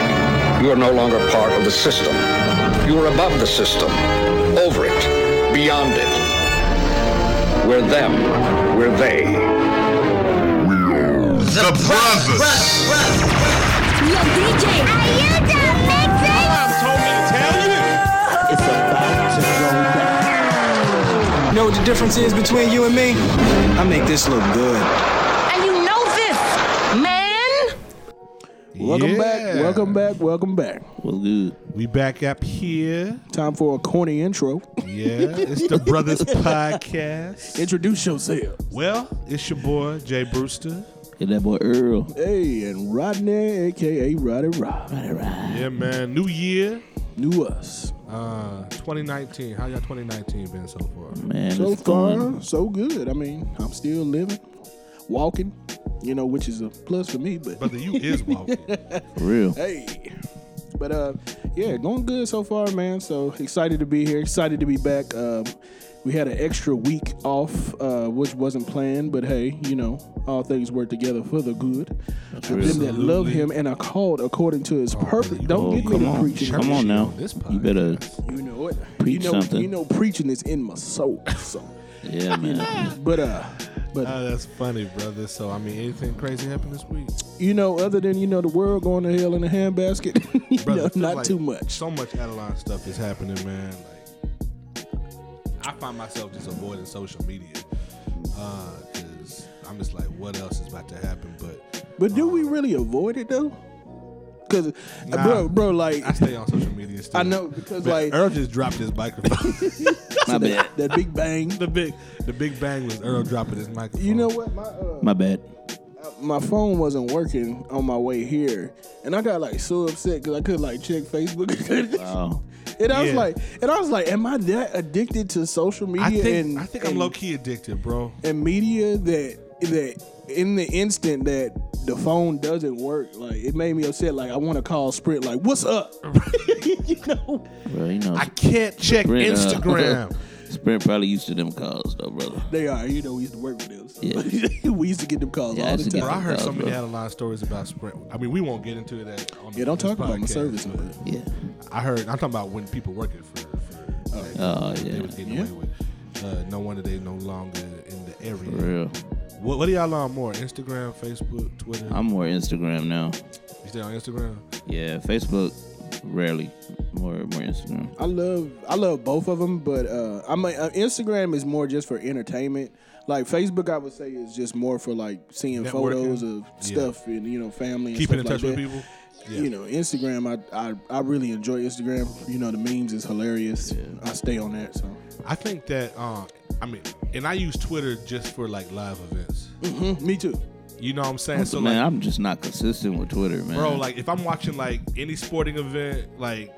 You are no longer part of the system. You are above the system, over it, beyond it. We're them. We're they. We are the, the brothers. brothers. brothers. Yo, DJ, are you done mixing? Mom told me to tell you. It's about to go down. You know what the difference is between you and me? I make this look good. Welcome yeah. back, welcome back, welcome back. Well, good. We back up here. Time for a corny intro. Yeah, it's the Brothers Podcast. Introduce yourself. Well, it's your boy Jay Brewster. And that boy Earl. Hey, and Rodney, aka Roddy Rod. Roddy Rod. Yeah, man. New year. New us. Uh, 2019. How y'all 2019 been so far? Man, so far, fun. so good. I mean, I'm still living, walking you know, which is a plus for me. But brother, you is walking for real. Hey, but uh, yeah, going good so far, man. So excited to be here. Excited to be back. Um, we had an extra week off, uh, which wasn't planned, but hey, you know, all things work together for the good. That's and them that love him and are called according to his oh, purpose. Don't get me on, preaching. Come on now, you better. You know it. Preach you know, something. You know, preaching is in my soul. So. yeah, man. but uh. But oh, that's funny, brother. So I mean, anything crazy happened this week? You know, other than you know the world going to hell in a handbasket, brother, know, not like too much. So much Adeline stuff is happening, man. Like, I find myself just avoiding social media because uh, I'm just like, what else is about to happen? But but do um, we really avoid it though? Cause, nah, bro, bro, like I stay on social media. Still. I know because man, like Earl just dropped his microphone. my bad. That, that, big bang. the big, the big bang was Earl dropping his microphone. You know what? My uh, my bad. My phone wasn't working on my way here, and I got like so upset because I could like check Facebook. wow. And I yeah. was like, and I was like, am I that addicted to social media? I think, and, I think and, I'm low key addicted, bro. And media that that in the instant that the phone doesn't work, like it made me upset. Like I want to call Sprint, like what's up? you know, well, you know, I can't check Sprint, Instagram. Uh, Sprint probably used to them calls though, brother. They are. You know, we used to work with them. So. Yeah. we used to get them calls yeah, all the time. Bro, I heard calls, somebody bro. had a lot of stories about Sprint. I mean, we won't get into that. On yeah, don't this talk podcast, about my service. But yeah, I heard. I'm talking about when people working for. for oh, like, oh they yeah. They was getting Yeah. away with. Uh, no wonder they no longer in the area. For real. What, what do y'all on more? Instagram, Facebook, Twitter? I'm more Instagram now. You stay on Instagram? Yeah, Facebook rarely. More more Instagram. Oh, I love I love both of them, but uh, I mean uh, Instagram is more just for entertainment. Like Facebook, I would say is just more for like seeing Networking. photos of Yeah. stuff and you know family. And Keeping in stuff touch like with that. people? Yeah. You know, Instagram. I, I I really enjoy Instagram. You know, the memes is hilarious. I stay on that. So I think that, uh, I mean, and I use Twitter just for like live events. Mhm, me too. You know what I'm saying? So, man, like, I'm just not consistent with Twitter, man. bro, like if I'm watching like any sporting event, like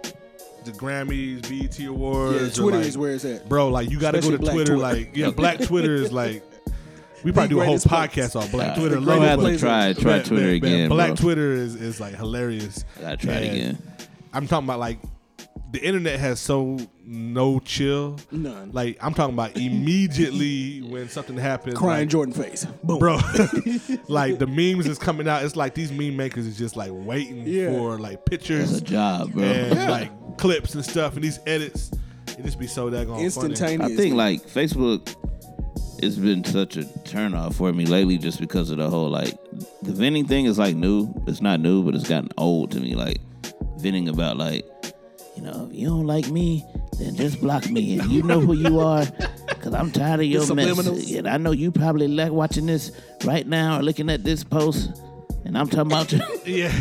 the Grammys, BET Awards, Yeah, or, Twitter like- is where it's at. Bro, like you got to go Especially to Black Twitter. Twitter. Like, yeah, Black Twitter is like. We probably The do a whole greatest place. podcast on Black Uh, Twitter. I'm later, gonna have but- to try try Man, Twitter man, man, again. Black bro. Twitter is, is like hilarious. Gotta try it And again. I'm talking about like the internet has so no chill. None. Like I'm talking about immediately when something happens. Crying like, Jordan face. Boom. Bro, like the memes is coming out. It's like these meme makers is just like waiting Yeah. for like It's pictures a job, bro. and like clips and stuff and these edits. It just be so daggone funny. Instantaneous. I think like Facebook it's been such a turnoff for me lately just because of the whole like the venting thing is like new. It's not new, but it's gotten old to me. Like venting about like, you know, if you don't like me, then just block me and you know who you are. Cause I'm tired of your The mess. subliminals. And I know you probably like watching this right now or looking at this post. And I'm talking about you. Yeah.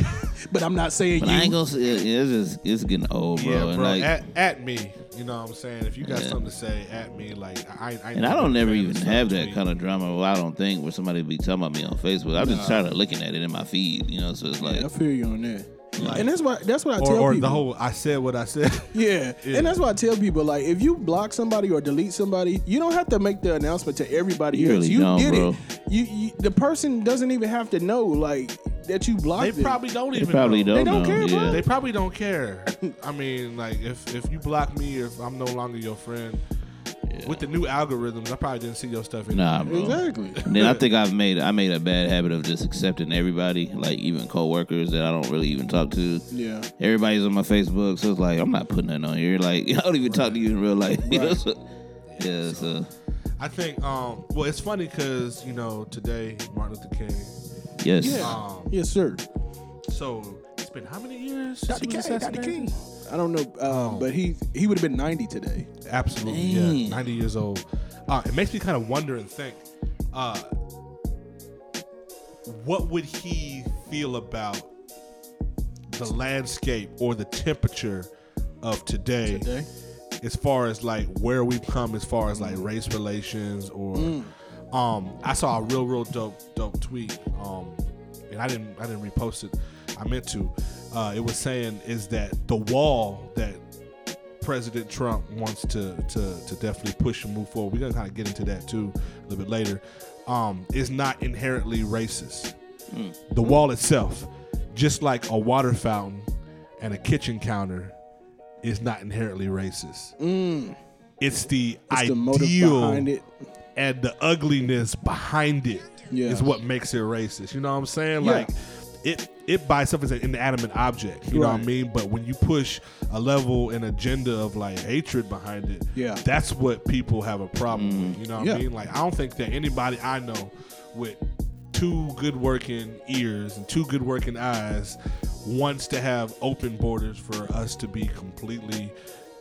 but I'm not saying But you. I ain't gonna say it, it's just it's getting old, bro. Yeah, and bro. like at, at me, you know what I'm saying? If you got Yeah. something to say, at me, like I, I And I don't ever even have that kind of drama. Well, I don't think where somebody be talking about me on Facebook. I'm just tired of looking at it in my feed, you know. So it's like, I feel you on that. and that's why that's what I Or, tell or people. the whole I said what I said. yeah. Yeah. and that's why I tell people like if you block somebody or delete somebody, you don't have to make the announcement to everybody You else. really you don't, did bro. it. You, you the person doesn't even have to know like that you they blocked. them. probably don't even. probably know. don't, They don't care, know. bro. yeah. They probably don't care. I mean, like if if you block me, if I'm no longer your friend, With the new algorithms, I probably didn't see your stuff. Anymore. Nah, bro. Exactly. And then I think I've made I made a bad habit of just accepting everybody, like even coworkers that I don't really even talk to. Yeah. Um, Everybody's on my Facebook, so it's like I'm not putting nothing on here. Like I don't even talk to you in real life. You know, so- yeah, so I think. Um, well, it's funny because you know today Martin Luther King. yes, Yeah. Yes, sir. So it's been how many years? Since Dr. he was King, Dr. assassinated? King. I don't know, um, but he he would have been 90 today. Absolutely, yeah. Dang. 90 years old. Uh, it makes me kind of wonder and think uh, what would he feel about the landscape or the temperature of today, Today? as far as like where we've come as far as like race relations or um I saw a real real dope dope tweet um and I didn't I didn't repost it I meant to uh, it was saying is that the wall that President Trump wants to to to definitely push and move forward. We're gonna kind of get into that too a little bit later. Um, is not inherently racist. Hmm. The wall itself, just like a water fountain and a kitchen counter, is not inherently racist. It's the Hmm. It's the motive ideal behind it. and the ugliness behind it is Yeah. what makes it racist. You know what I'm saying? Yeah. Like it it by itself is an inanimate object. You know what I Right. mean? But when you push a level and agenda of like hatred behind it, Yeah. that's what people have a problem Mm-hmm. with. You know what Yeah. I mean? Like I don't think that anybody I know with two good working ears and two good working eyes wants to have open borders for us to be completely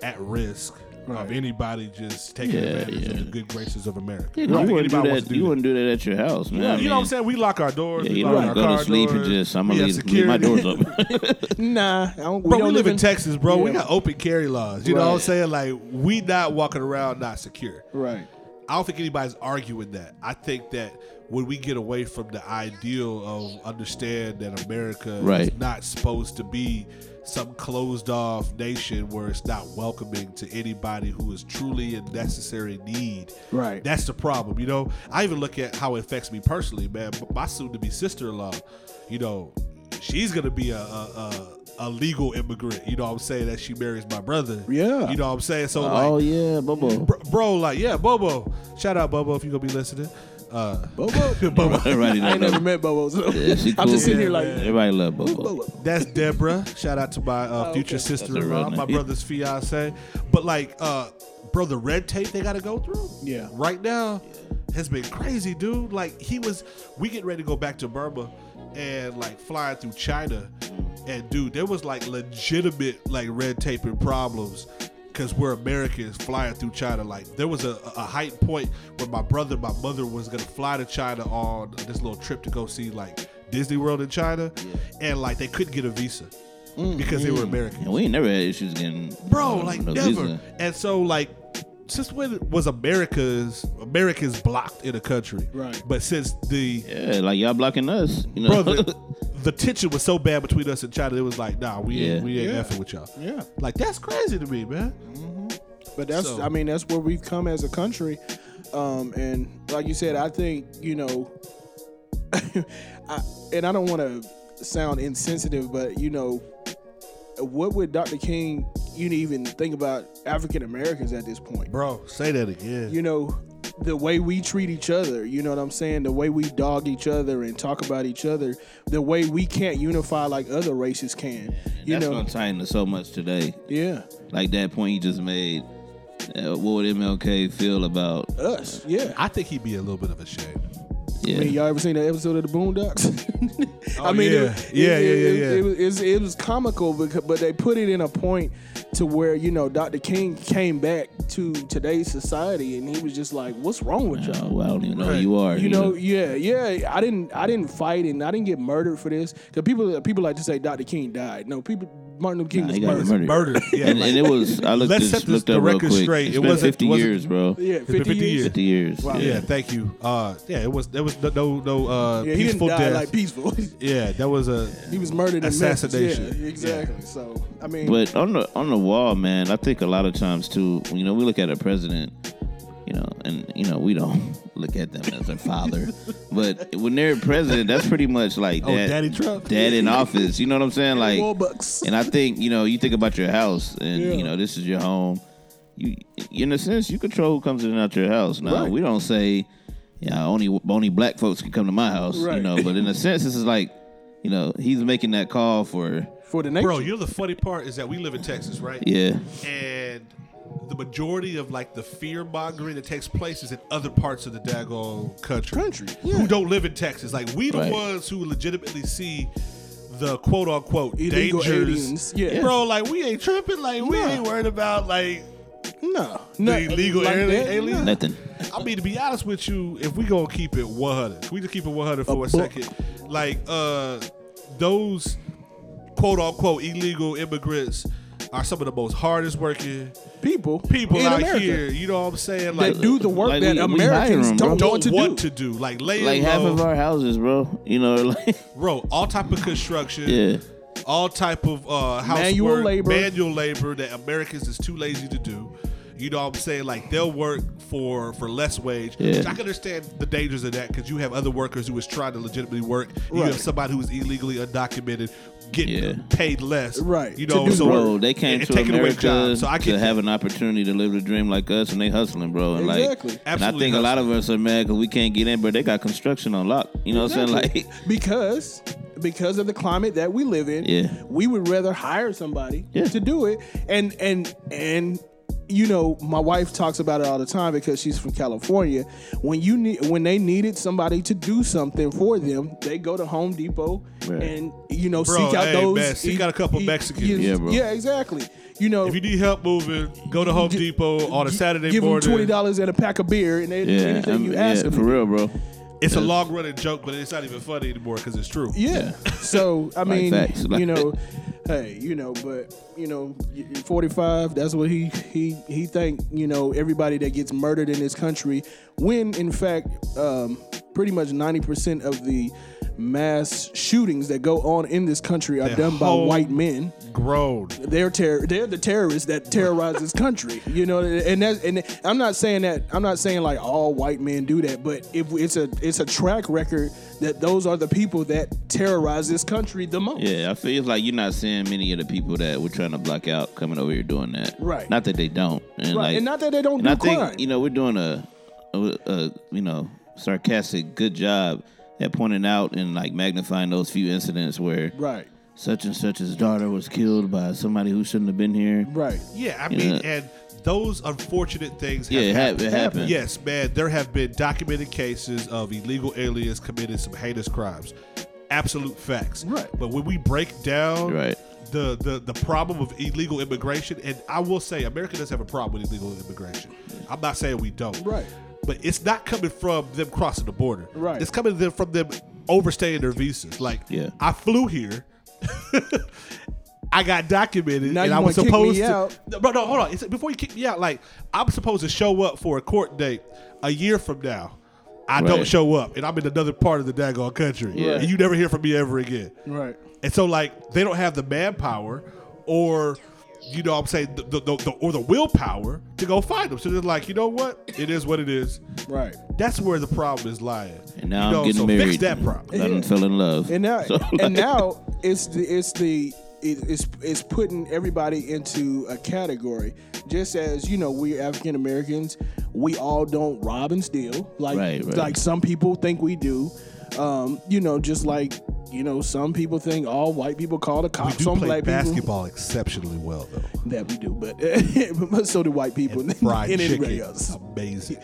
at risk Right. of anybody just taking Yeah, advantage of yeah. the good graces of America. Yeah, I don't you think wouldn't do anybody that. wants to do you that. wouldn't do that at your house, man. I You know what I'm mean, saying? We lock our doors. Yeah, we you lock don't our want to go car to sleep and doors. just I'm gonna We have leave, leave my security. doors open. Nah, I don't, Bro, we, don't live in Texas, bro. We Yeah. got open carry laws. You know what I'm Right. saying? Like, we not walking around not secure. Right. I don't think anybody's arguing that. I think that when we get away from the ideal of understand that America Right. is not supposed to be some closed off nation where it's not welcoming to anybody who is truly in necessary need. Right. That's the problem, you know. I even look at how it affects me personally, man. M- My soon to be sister in law, you know, she's gonna be a, a, a a legal immigrant. You know what I'm saying? That she marries my brother. Yeah. You know what I'm saying? So like oh yeah, Bobo. bro, bro, like yeah, Bobo. Shout out Bobo if you gonna be listening. Uh, Bobo? Bobo. Everybody I love ain't never Bobo. met Bobo. So Yeah, she I'm cool. just sitting here like, Everybody love Bobo. Bobo. That's Deborah. Shout out to my uh, future Oh, That's sister-in-law, a real my name. brother's fiance. But like, uh, bro, the red tape they got to go through. Yeah. Right now, has been crazy, dude. Like he was, we getting ready to go back to Burma, and like flying through China, and dude, there was like legitimate like red taping problems. Cause we're Americans flying through China. Like there was a, a height point where my brother, my mother was gonna fly to China on this little trip to go see like Disney World in China, and like they couldn't get a visa because they were Americans And we ain't never had issues getting bro, uh, like no never. visa. And so like since when was America's Americans blocked in a country? Right. But since the Yeah, like y'all blocking us. You know, brother the tension was so bad between us and China, it was like, nah, we Yeah. ain't we ain't Yeah. effing with y'all. Yeah. Like that's crazy to me, man. But that's So- I mean that's where we've come as a country, um, and like you said, I think you know, I, and I don't want to sound insensitive, but you know, what would Dr. King you even think about African Americans at this point? Bro, say that again. you know the way we treat each other you know what i'm saying the way we dog each other and talk about each other the way we can't unify like other races can you that's know gonna tie into so much today. yeah Like that point you just made. Uh, what would MLK feel about? us yeah I think he'd be a little bit of ashamed. Yeah, I mean, y'all ever seen that episode of the Boondocks? I mean, Oh, yeah. it, was- Yeah, it- yeah, yeah, it- yeah. It, was- it's- it was comical, because, but they put it in a point to where you know Dr. King came back to today's society, and he was just like, "What's wrong with y'all?" Oh, well, I don't even know who you are. You know, yeah, yeah. I didn't, I didn't fight and I didn't get murdered for this. Cause people, people like to say Dr. King died. No, people, Martin Luther King Nah, was he got murdered. murdered. Murder. Yeah. and, like, and it was I looked Let's just set this- looked the up real record quick. straight. It's It been wasn't- 50 it wasn't- years, bro. Yeah, been 50, 50 years. years. 50 years. Wow. yeah, thank you. Uh yeah, it was there was no no, no uh Yeah, he didn't peaceful die death. like peaceful. yeah, that was a he was murdered in Assassination. Memphis. Yeah, exactly. So I mean, But on the on the wall, man, I think a lot of times too, you know, we look at a president, you know, and you know, we don't look at them as a father. but when they're president, that's pretty much like Oh, dad, Daddy Trump. dad in office. You know what I'm saying? Like Warbucks. And I think you know, you think about your house, and Yeah. you know, this is your home. you in a sense you control who comes in and out your house. Now Right. we don't say, yeah, only only black folks can come to my house. Right. You know, but in a sense this is like, you know, he's making that call for for the nation. Bro, you know the funny part is that we live in Texas, right? yeah. And the majority of like the fear mongering that takes place is in other parts of the daggone country. Country, yeah. Who don't live in Texas. Like we the Right. ones who legitimately see the quote unquote Illegal dangers. aliens, yeah. Bro, like we ain't tripping, like we Nah. ain't worried about like no, no, The illegal like alien- that, alien? no. Nothing. I mean, to be honest with you, if we gonna keep it 100, if we just keep it 100 for a, book. second, like uh, those quote unquote illegal immigrants are some of the most hardest working people, people in out America here. You know what I'm saying? that Like, do the work Like, that we- we Americans hire 'em, don't, bro. want to what do. to do. Like laying Like half low, of our houses, bro. You know, like bro, all type of construction. Yeah. All type of uh, housework, Manual labor. manual labor that Americans is too lazy to do. You know what I'm saying? Like they'll work for for less wage. Yeah. Which I can understand the dangers of that because you have other workers who is trying to legitimately work. You Right. have somebody who is illegally undocumented getting Yeah. paid less. Right. You To know, do so bro, they came and to taking away America jobs. So I to can have an opportunity to live the dream like us, and they hustling, bro. And Exactly. like, and I Absolutely think a lot of us are mad because we can't get in, but they got construction on lock. You know what I'm Exactly. saying? Like, because because of the climate that we live in, Yeah. we would rather hire somebody Yeah. to do it. And and and you know, my wife talks about it all the time because she's from California. When you need when they needed somebody to do something for them, they go to Home Depot Right. and you know Bro, seek out hey, those. e- man, seek out a couple Mexicans. Yeah, bro. yeah, exactly. You know, if you need help moving, go to Home Depot on a Saturday give morning. them twenty dollars and a pack of beer, and they do yeah, anything I'm- you yeah, ask them. for real, bro. It's a long running joke, but it's not even funny anymore because it's true. Yeah. So I mean, facts, like- you know, hey, you know, but you know, forty five. That's what he he he think. You know, everybody that gets murdered in this country, when in fact, um, pretty much ninety percent of the mass shootings that go on in this country are They're done by whole- white men. Grown. They're terror. They're the terrorists that terrorize this country. You know, and that and I'm not saying that I'm not saying like all white men do that, but if it's a it's a track record that those are the people that terrorize this country the most. Yeah, I feel like you're not seeing many of the people that we're trying to block out coming over here doing that. Right. Not that they don't. And Right, like, and not that they don't and do I think crime. you know we're doing a, a, a you know sarcastic good job at pointing out and like magnifying those few incidents where Right. such and such's daughter was killed by somebody who shouldn't have been here. Right. Yeah, I mean, Yeah. and those unfortunate things have Yeah, it, hap- happened. it happened. Yes, man, there have been documented cases of illegal aliens committing some heinous crimes. Absolute facts. Right. But when we break down Right. the, the, the problem of illegal immigration, and I will say America does have a problem with illegal immigration. I'm not saying we don't. Right. But it's not coming from them crossing the border. Right. It's coming them- from them overstaying their visas. Like, Yeah. I flew here. I got documented Now and you I was wanna kick supposed me to. out. No, Bro, no, hold on. It's, before you kick me out, like I'm supposed to show up for a court date a year from now. I don't Right. show up, and I'm in another part of the daggone country, Yeah. and you never hear from me ever again. Right. And so, like, they don't have the manpower, or you know, what I'm saying the, the, the, the or the willpower to go find them. So they're like, you know what? It is what it is. Right. That's where the problem is lying. And now you know, I'm getting so married. Fix that problem. I done fell in love. And now So, like, and now it's the it's the it- it's it's putting everybody into a category. Just as you know, we African Americans, we all don't rob and steal like Right, right. like some people think we do. Um, you know, just like you know, some people think all white people call the We cops do on play black people. basketball exceptionally well, though. That we do, but, but so do white people And fried and anybody chicken, else. amazing.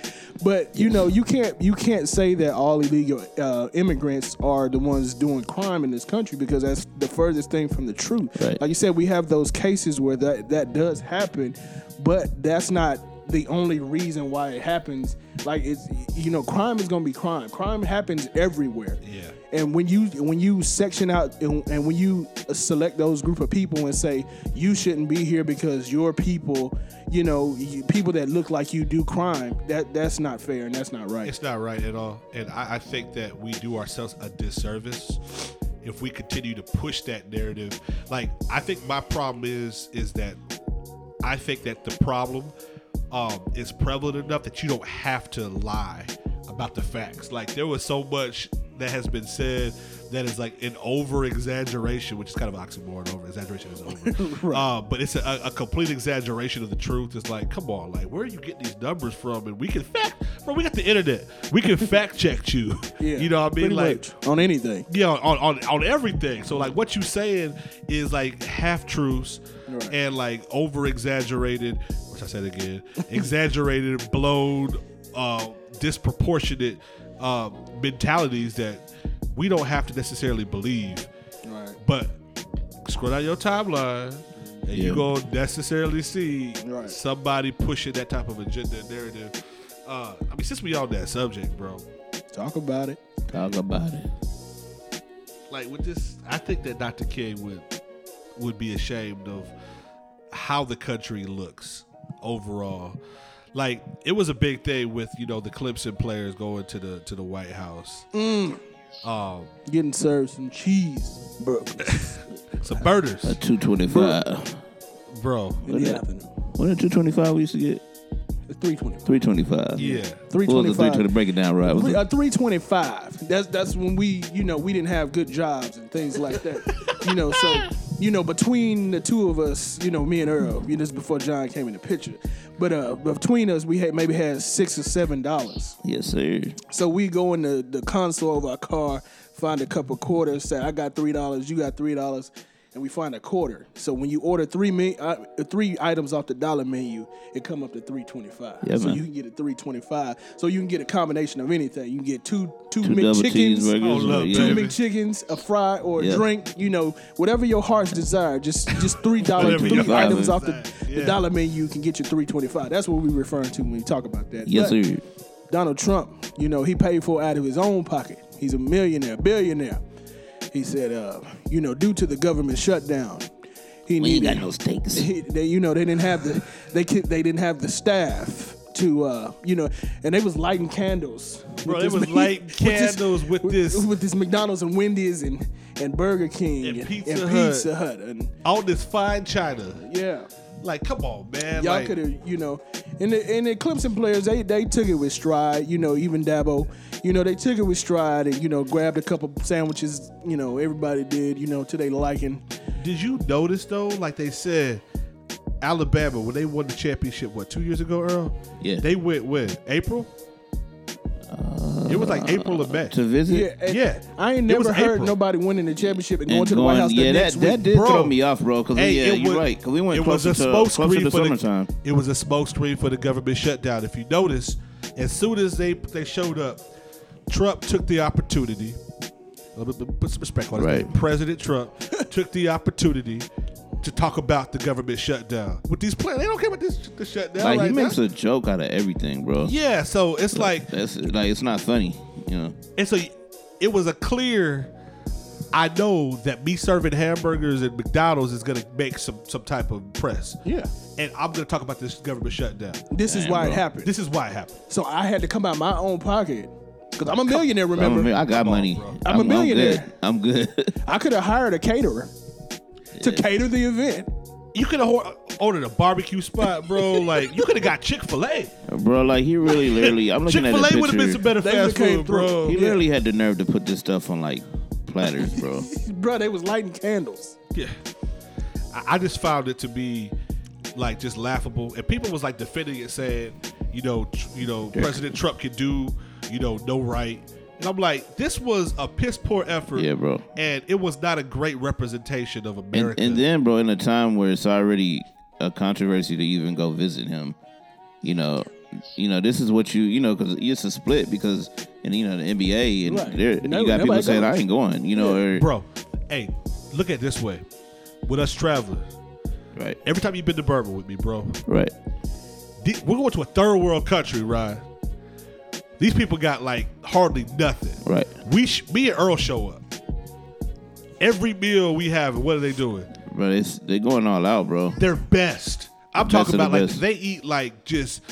But you know, you can't you can't say that all illegal uh, immigrants are the ones doing crime in this country because that's the furthest thing from the truth. Right. Like you said, we have those cases where that that does happen, but that's not the only reason why it happens. Like it's you know, crime is gonna be crime. Crime happens everywhere. Yeah. And when you when you section out and, and when you select those group of people and say you shouldn't be here because your people, you know, you, people that look like you do crime, that that's not fair and that's not right. It's not right at all. And I, I think that we do ourselves a disservice if we continue to push that narrative. Like I think my problem is is that I think that the problem um, is prevalent enough that you don't have to lie about the facts. Like there was so much that has been said that is like an over exaggeration, which is kind of oxymoron. Over exaggeration is over, uh, but it's a, a complete exaggeration of the truth. It's like, come on, like where are you getting these numbers from? And we can fact, bro, we got the internet. We can fact check you. you know what I mean? Pretty Like, much on anything. yeah, on, on on everything. So like what you saying is like half truths Right. and like over exaggerated, which I said again, exaggerated, blown, uh, disproportionate uh, mentalities that we don't have to necessarily believe. Right. But scroll down your timeline and Yeah. you gonna necessarily see Right. somebody pushing that type of agenda and narrative. Uh, I mean, since we on that subject, bro, Talk about it. Talk about it. like with this I think that Dr. King would would be ashamed of how the country looks overall. Like it was a big thing with, you know, the Clemson players going to the to the White House. Getting served some cheese, bro. Some birders, A two twenty five. bro. In the afternoon. What a two twenty five we used to get? It's three twenty. Three twenty five. Yeah. What was the three 325. twenty break it down right? Was Three- it- uh, 325. That's that's when we, you know, we didn't have good jobs and things like that. you know, so you know, between the two of us, you know, me and Earl, you know, this is before John came in the picture. But uh between us we had maybe had six or seven dollars. yes, sir. So we go in the, the console of our car, find a couple quarters, say, I got three dollars, you got three dollars, and we find a quarter. So when you order three me- uh, three items off the dollar menu, it come up to three twenty five. Yeah, so man. you can get a three twenty five. So you can get a combination of anything. You can get two two, Two double McChickens. cheeseburgers. Oh, look, yeah. Two baby. McChickens, a fry, or a Yeah. drink, you know, whatever your heart's desire, just just three dollars, Whatever three your heart items is off the, desired, the yeah. dollar menu, you can get your three twenty five. That's what we're referring to when we talk about that. Yes, But- sir. Donald Trump, you know, he paid for it out of his own pocket. He's a millionaire, billionaire. He said, uh, you know, due to the government shutdown, he We ain't needed, got no stakes. he- they, you know, they didn't have the, they ki- they didn't have the staff to, uh, you know, and they was lighting candles. Bro, with they this was Mc- lighting with this- candles with this- with this McDonald's and Wendy's and and Burger King And Pizza Pizza Hut. Hut and All this fine china. yeah. Like, come on, man. Y'all like, could have, you know, and the and the Clemson players, they they took it with stride. You know, even Dabo, you know, they took it with stride and you know grabbed a couple sandwiches. You know, everybody did. You know, to their liking. Did you notice though? Like they said, Alabama when they won the championship, what two years ago, Earl? Yeah. They went when April. it was like April or May. Uh, To visit. Yeah, and Yeah. I ain't It was never heard April. nobody winning the championship and, And going to the White going- House. yeah, the next that, that week. did Bro. throw me off, bro. Because Hey, yeah, it you're was- right. Because we went it was closer a to smokescreen closer to for the- summertime. it was a smokescreen for the government shutdown. If you notice, as soon as they they showed up, Trump took the opportunity. Let me- let me Put some respect on his Right. name. President Trump took the opportunity to talk about the government shutdown. With these players, they don't care about this the shutdown. like right he makes now. a joke out of everything, bro. yeah, so it's like that's like it's not funny, you know. And so it was a clear. I know that me serving hamburgers at McDonald's is gonna make some some type of press. Yeah. And I'm gonna talk about this government shutdown. This is Damn, why it bro. happened. This is why it happened. so I had to come out of my own pocket because I'm a millionaire. Remember, I'm a, i got Come on, money. bro. I'm a millionaire. I'm good. I'm good. I could have hired a caterer to cater the event. You could have ordered a barbecue spot, bro. like you could have got Chick Fil A. bro, like he really, literally. I'm looking Chick at the Fil A would have been some picture. better They fast would've came food, through. bro. He literally had the nerve to put this stuff on like platters, bro. Bro, they was lighting candles. Yeah. I, I just found it to be like just laughable, and people was like defending it, saying, you know, tr- you know, President Trump can do, you know, no right. And I'm like, this was a piss poor effort. Yeah, bro. And it was not a great representation of and, America. and then, bro, in a time where it's already a controversy to even go visit him, you know, you know, this is what you, you know, because it's a split because, and you know, the NBA and Right. there, No, you got people nobody saying goes. I ain't going, you know, or bro, hey, look at it this way. With us travelers, right, every time you've been to Burma with me, bro, right, th- we're going to a third world country, Ryan. These people got like hardly nothing. right, We sh- me and Earl show up. Every meal we have, what are they doing? bro. It's they're going all out, bro. Their best. I'm Best talking of the about like best. they eat like just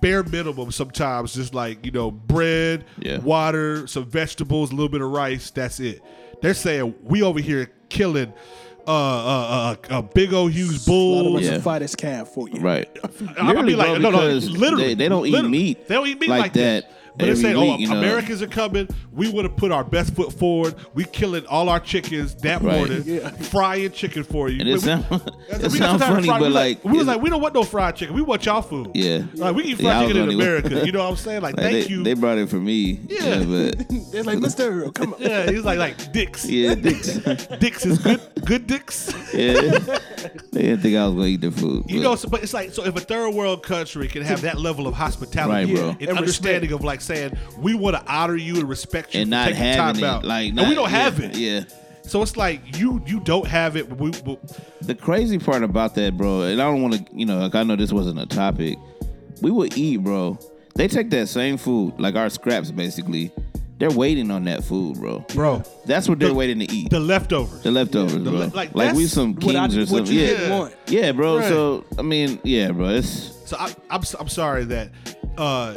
bare minimum sometimes, just like you know bread, Yeah. water, some vegetables, a little bit of rice. That's it. They're saying we over here killing uh, uh, uh, a big old huge A lot of bull. us Yeah. will fight his calf for you. Right. I'ma be like, no, no, because literally, they, they don't eat literally. meat. They don't eat meat like that. But they every say, week, oh, you know. Americans are coming. We would have put our best foot forward. We killing all our chickens that Right. morning, Yeah. frying chicken for you. And But it we- sound- That's- it we got sound some funny, fried- but we like, we was it's- like, we don't want no fried chicken. We want y'all food. Yeah. like we eat Y'all fried chicken in funny. America. You know what I'm saying? Like, Like, thank they, you. They brought it for me. Yeah. but They're like, Mister, come on. yeah, he's like like dicks. yeah, dicks. Dicks is good. Good dicks. yeah. They didn't think I was gonna eat the food. You but- know, so, but it's like so if a third world country can have that level of hospitality Right, bro. and, And respect. understanding of like saying we want to honor you and respect you and for not taking having time it, out, like, And not, we don't yeah, have it. Yeah. So it's like you you don't have it. We, we, The crazy part about that, bro, and I don't want to, you know, like I know this wasn't a topic. We would eat, bro. They take that same food, like our scraps, basically. They're waiting on that food, bro. bro, That's what they're The- waiting to eat. the The, leftovers. leftovers, the bro. le- like, like, we that's some what I- kings or what something. you yeah, didn't want. yeah, bro. Right. So I mean, yeah, bro. It's So I, I'm s- I'm sorry that uh,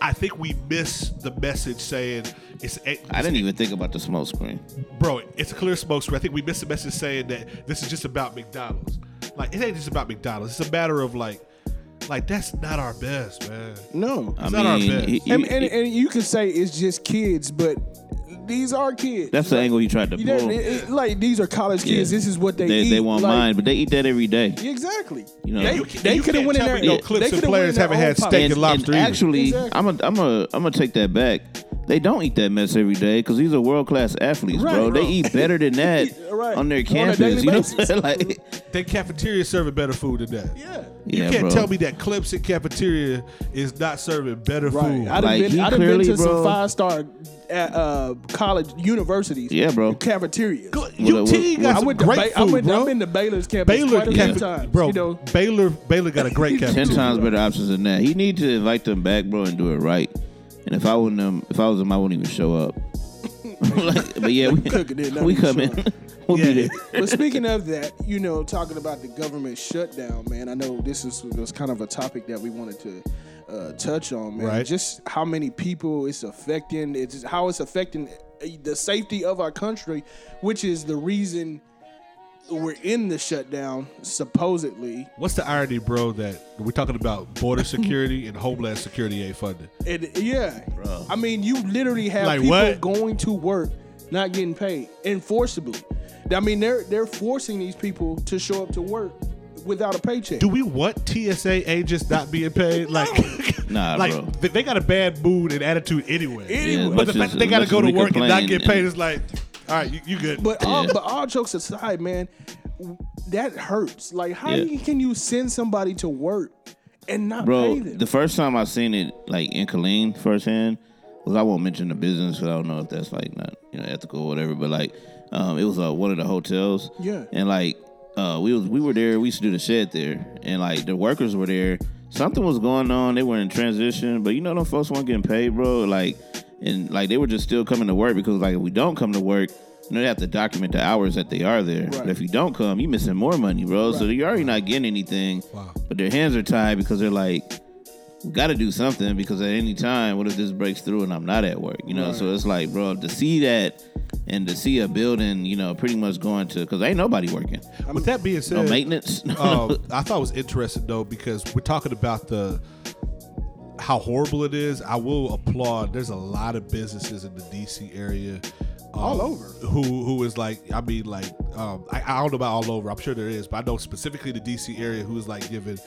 I think we miss the message saying it's. a- I didn't even think about the smoke screen. bro, it's a clear smoke screen. I think we missed the message saying that this is just about McDonald's. Like it ain't just about McDonald's. It's a matter of like, like that's not our best, man. No, I It's mean, not our best. he- he- and, and, and you can say it's just kids, but these are kids. that's the angle he tried to You e-, know, pull. it- it- like these are college kids. Yeah. This is what they, they, eat. they want like, mine, but they eat that every day. Exactly. You know, You- they you coulda can't went in tell there- me No yeah. clips and they coulda went in players their haven't own had pocket. steak Steak and, lobster. either. actually, Exactly. I'm a, I'm a, I'm gonna take that back. They don't eat that mess every day because these are world class athletes, Right, bro. bro. They eat better than that Right. on their On a daily campus. you know, basis. what I'm saying? like Their cafeteria serving better food than that. Yeah. You yeah, can't bro. tell me that Clemson cafeteria is not serving better Right. food. I'd Like, have he been, I'd have been clearly, to bro- some five star uh, uh, college universities. Yeah, bro. UT Cafeterias. what- what- got I I some went, to great ba- food, I went, bro. I've been to Baylor's campus Baylor, quite a few cafe- times. bro. you know, Baylor, Baylor got a great ten cafeteria. times better options than that. He need to invite them back, bro, and do it right. And if I wouldn't, um, if I was him, I wouldn't even show up. Like, but yeah, we, cooking it, not we even come in. showing up. we'll Yeah. be there. but speaking of that, you know, talking about the government shutdown, man. I know this is was kind of a topic that we wanted to uh, touch on, man. Right. Just how many people it's affecting. It's just how it's affecting uh, the safety of our country, which is the reason we're in the shutdown, supposedly. What's the irony, bro? That we're talking about border security and homeland security ain't funded. And yeah, I mean, you literally have Like people what? going to work not getting paid enforceably. I mean, they're they're forcing these people to show up to work without a paycheck. Do we want TSA agents not being paid? Like, Nah, like bro. They, they got a bad mood and attitude anyway. Anyway. Yeah, as but the much fact as- that they as got to much go to as we work and not complain get paid is like, all right, you, you good? But all Yeah. but all jokes aside, man, w- that hurts. Like, how Yeah. you- can you send somebody to work and not Bro, pay them? the first time I seen it like in Killeen firsthand was I won't mention the business because I don't know if that's like not you know ethical or whatever. But like, um, it was uh, one of the hotels. Yeah. And like, uh, we was we were there. We used to do the shed there, and like the workers were there. Something was going on. They were in transition, but you know them folks weren't getting paid, bro. Like, and like they were just still coming to work because like if we don't come to work. You know, they have to document the hours that they are there. But if you don't come, you missing more money, bro. So you're already not getting anything. Wow. But their hands are tied because they're like, got to do something because at any time, what if this breaks through and I'm not at work? You know, so it's like, bro, to see that and to see a building, you know, pretty much going to because ain't nobody working, With that being said, no maintenance. um, I thought it was interesting though because we're talking about the how horrible it is. I will applaud. There's a lot of businesses in the DC area, um, All over. who who is like I mean like um, I, I don't know about all over. I'm sure there is, but I know specifically the DC area who is like giving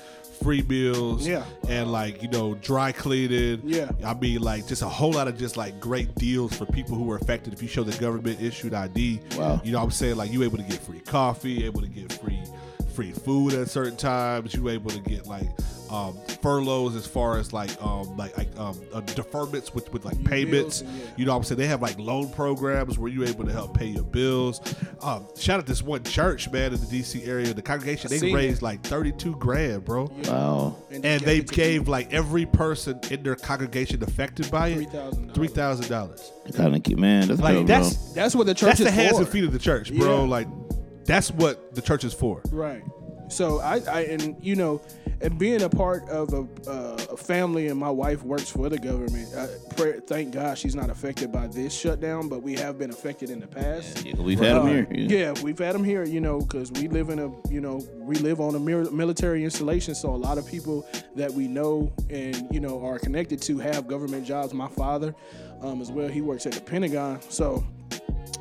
free meals, Yeah. and like you know dry cleaning, Yeah. I mean like just a whole lot of just like great deals for people who are affected. If you show the government issued ID, Wow. you know what I'm saying? Like you able to get free coffee, able to get free free food at certain times, you able to get like um, furloughs as far as like um like, like um uh, deferments with with like payments. bills and- yeah. You know what I'm saying? They have like loan programs where you able to help pay your bills. Um, shout out this one church, man, in the DC area. The congregation they seen raised like 32 grand, bro. wow. And they to- gave like every person in their congregation affected by it $3,000. three thousand dollars. Kind of man, that's Like dope, that's bro. That's what the church that's is the hands for. and feet of the church, bro. Yeah. Like, that's what the church is for. Right. So I, I and you know, and being a part of a, uh, a family and my wife works for the government. I pray, thank God she's not affected by this shutdown, but we have been affected in the past. Yeah, we've had them Uh, here. Yeah. we've had them here, you know, because we live in a, you know, we live on a mir- military installation. So a lot of people that we know and, you know, are connected to have government jobs. My father um, as well, he works at the Pentagon. So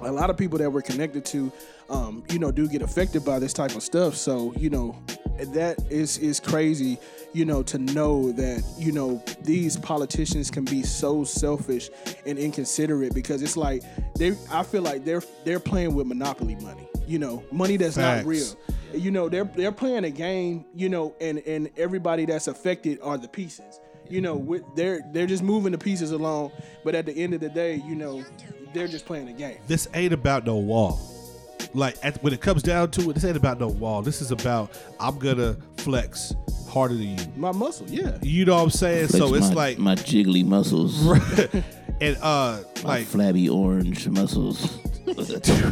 a lot of people that we're connected to, um, you know, do get affected by this type of stuff. So, you know, that is is crazy, you know, to know that, you know, these politicians can be so selfish and inconsiderate because it's like they I feel like they're they're playing with monopoly money, you know, money that's Facts. not real. You know, they're they're playing a game, you know, and and everybody that's affected are the pieces. You know, with, they're they're just moving the pieces along, but at the end of the day, you know, they're just playing a game. this ain't about no wall. Like at, when it comes down to it, this ain't about no wall. This is about I'm gonna flex harder than you. My muscle, yeah. You know what I'm saying? so Flex it's my, like my jiggly muscles, and uh my like flabby orange muscles.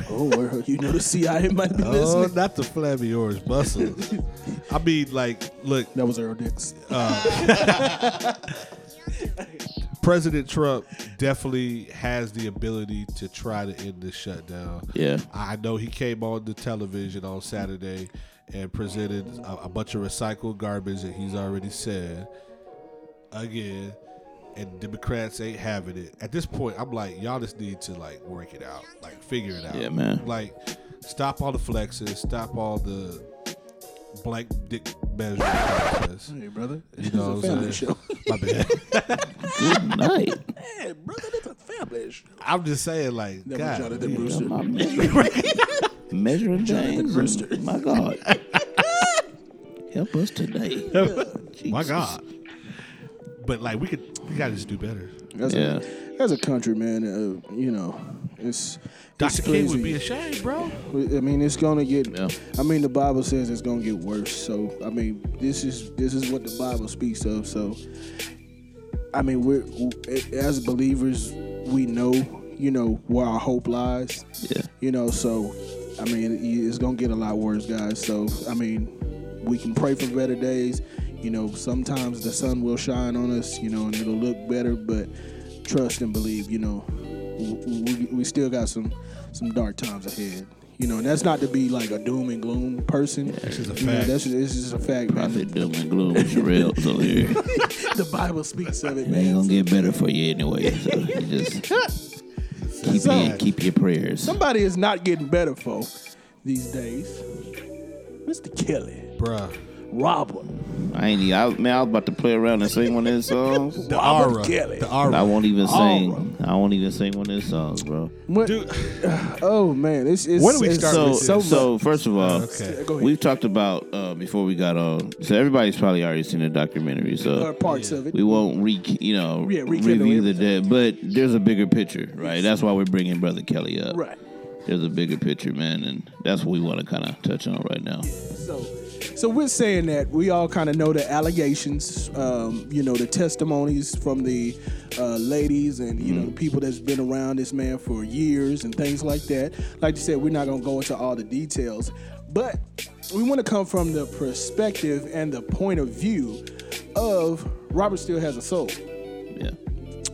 Oh, word. you know the CIA might be oh, listening. not the flabby orange muscles. I mean, like, look, That was Earl Dix. President Trump definitely has the ability to try to end this shutdown. Yeah. I know he came on the television on Saturday and presented a, a bunch of recycled garbage that he's already said again, and Democrats ain't having it. At this point, I'm like, y'all just need to like work it out, like figure it out. Yeah, man. Like, stop all the flexes, stop all the blank dick measures. process. hey, brother. You know what it's a I'm family saying? show. My bad. Good night. hey, brother, it's a family show. I'm just saying, like, That was God, Jonathan man. Brewster. My measuring, measuring things. Brewster. My God. Help us today. my Jesus. God. But like, we could, we gotta just do better. That's Yeah. A, as a country, man, uh, you know, it's. it's Dr. King crazy. would be ashamed, bro. I mean, it's gonna get. Yeah. I mean, the Bible says it's gonna get worse. So, I mean, this is this is what the Bible speaks of. So, I mean, we're as believers, we know, you know, where our hope lies. Yeah. You know, so I mean, it's gonna get a lot worse, guys. So, I mean, we can pray for better days. You know, sometimes the sun will shine on us. You know, and it'll look better, but trust and believe. You know, we, we, we still got some some dark times ahead. You know, and that's not to be like a doom and gloom person. That's just a fact. that's just, it's just a fact, man. Prophet doom and gloom. Sherelle's over here. the Bible speaks of it, It ain't man. gonna get better for you anyway. So you just keep, So- your, keep your prayers. Somebody is not getting better, folks, these days. Mr. Kelly, Bruh. Robert, I ain't. e- I, man, I was about to play around and sing one of his songs. The Robert aura. Kelly. The aura. I won't even sing. I won't even sing one of his songs, bro. What? Dude. Oh man, it's, it's Where do we it's start So, with so, this? so first of all, Okay. Go ahead. we've talked about uh, before we got on. So everybody's probably already seen the documentary. or So parts of it. we won't re, you know, Uh, Yeah, rekindle review the dead. But there's a bigger picture, right? That's why we're bringing Brother Kelly up. Right. There's a bigger picture, man, and that's what we want to kind of touch on right now. So so we're saying that we all kind of know the allegations, um, you know, the testimonies from the uh, ladies and you Mm. know the people that's been around this man for years and things like that. Like you said, we're not gonna go into all the details, but we want to come from the perspective and the point of view of Robert still has a soul. Yeah.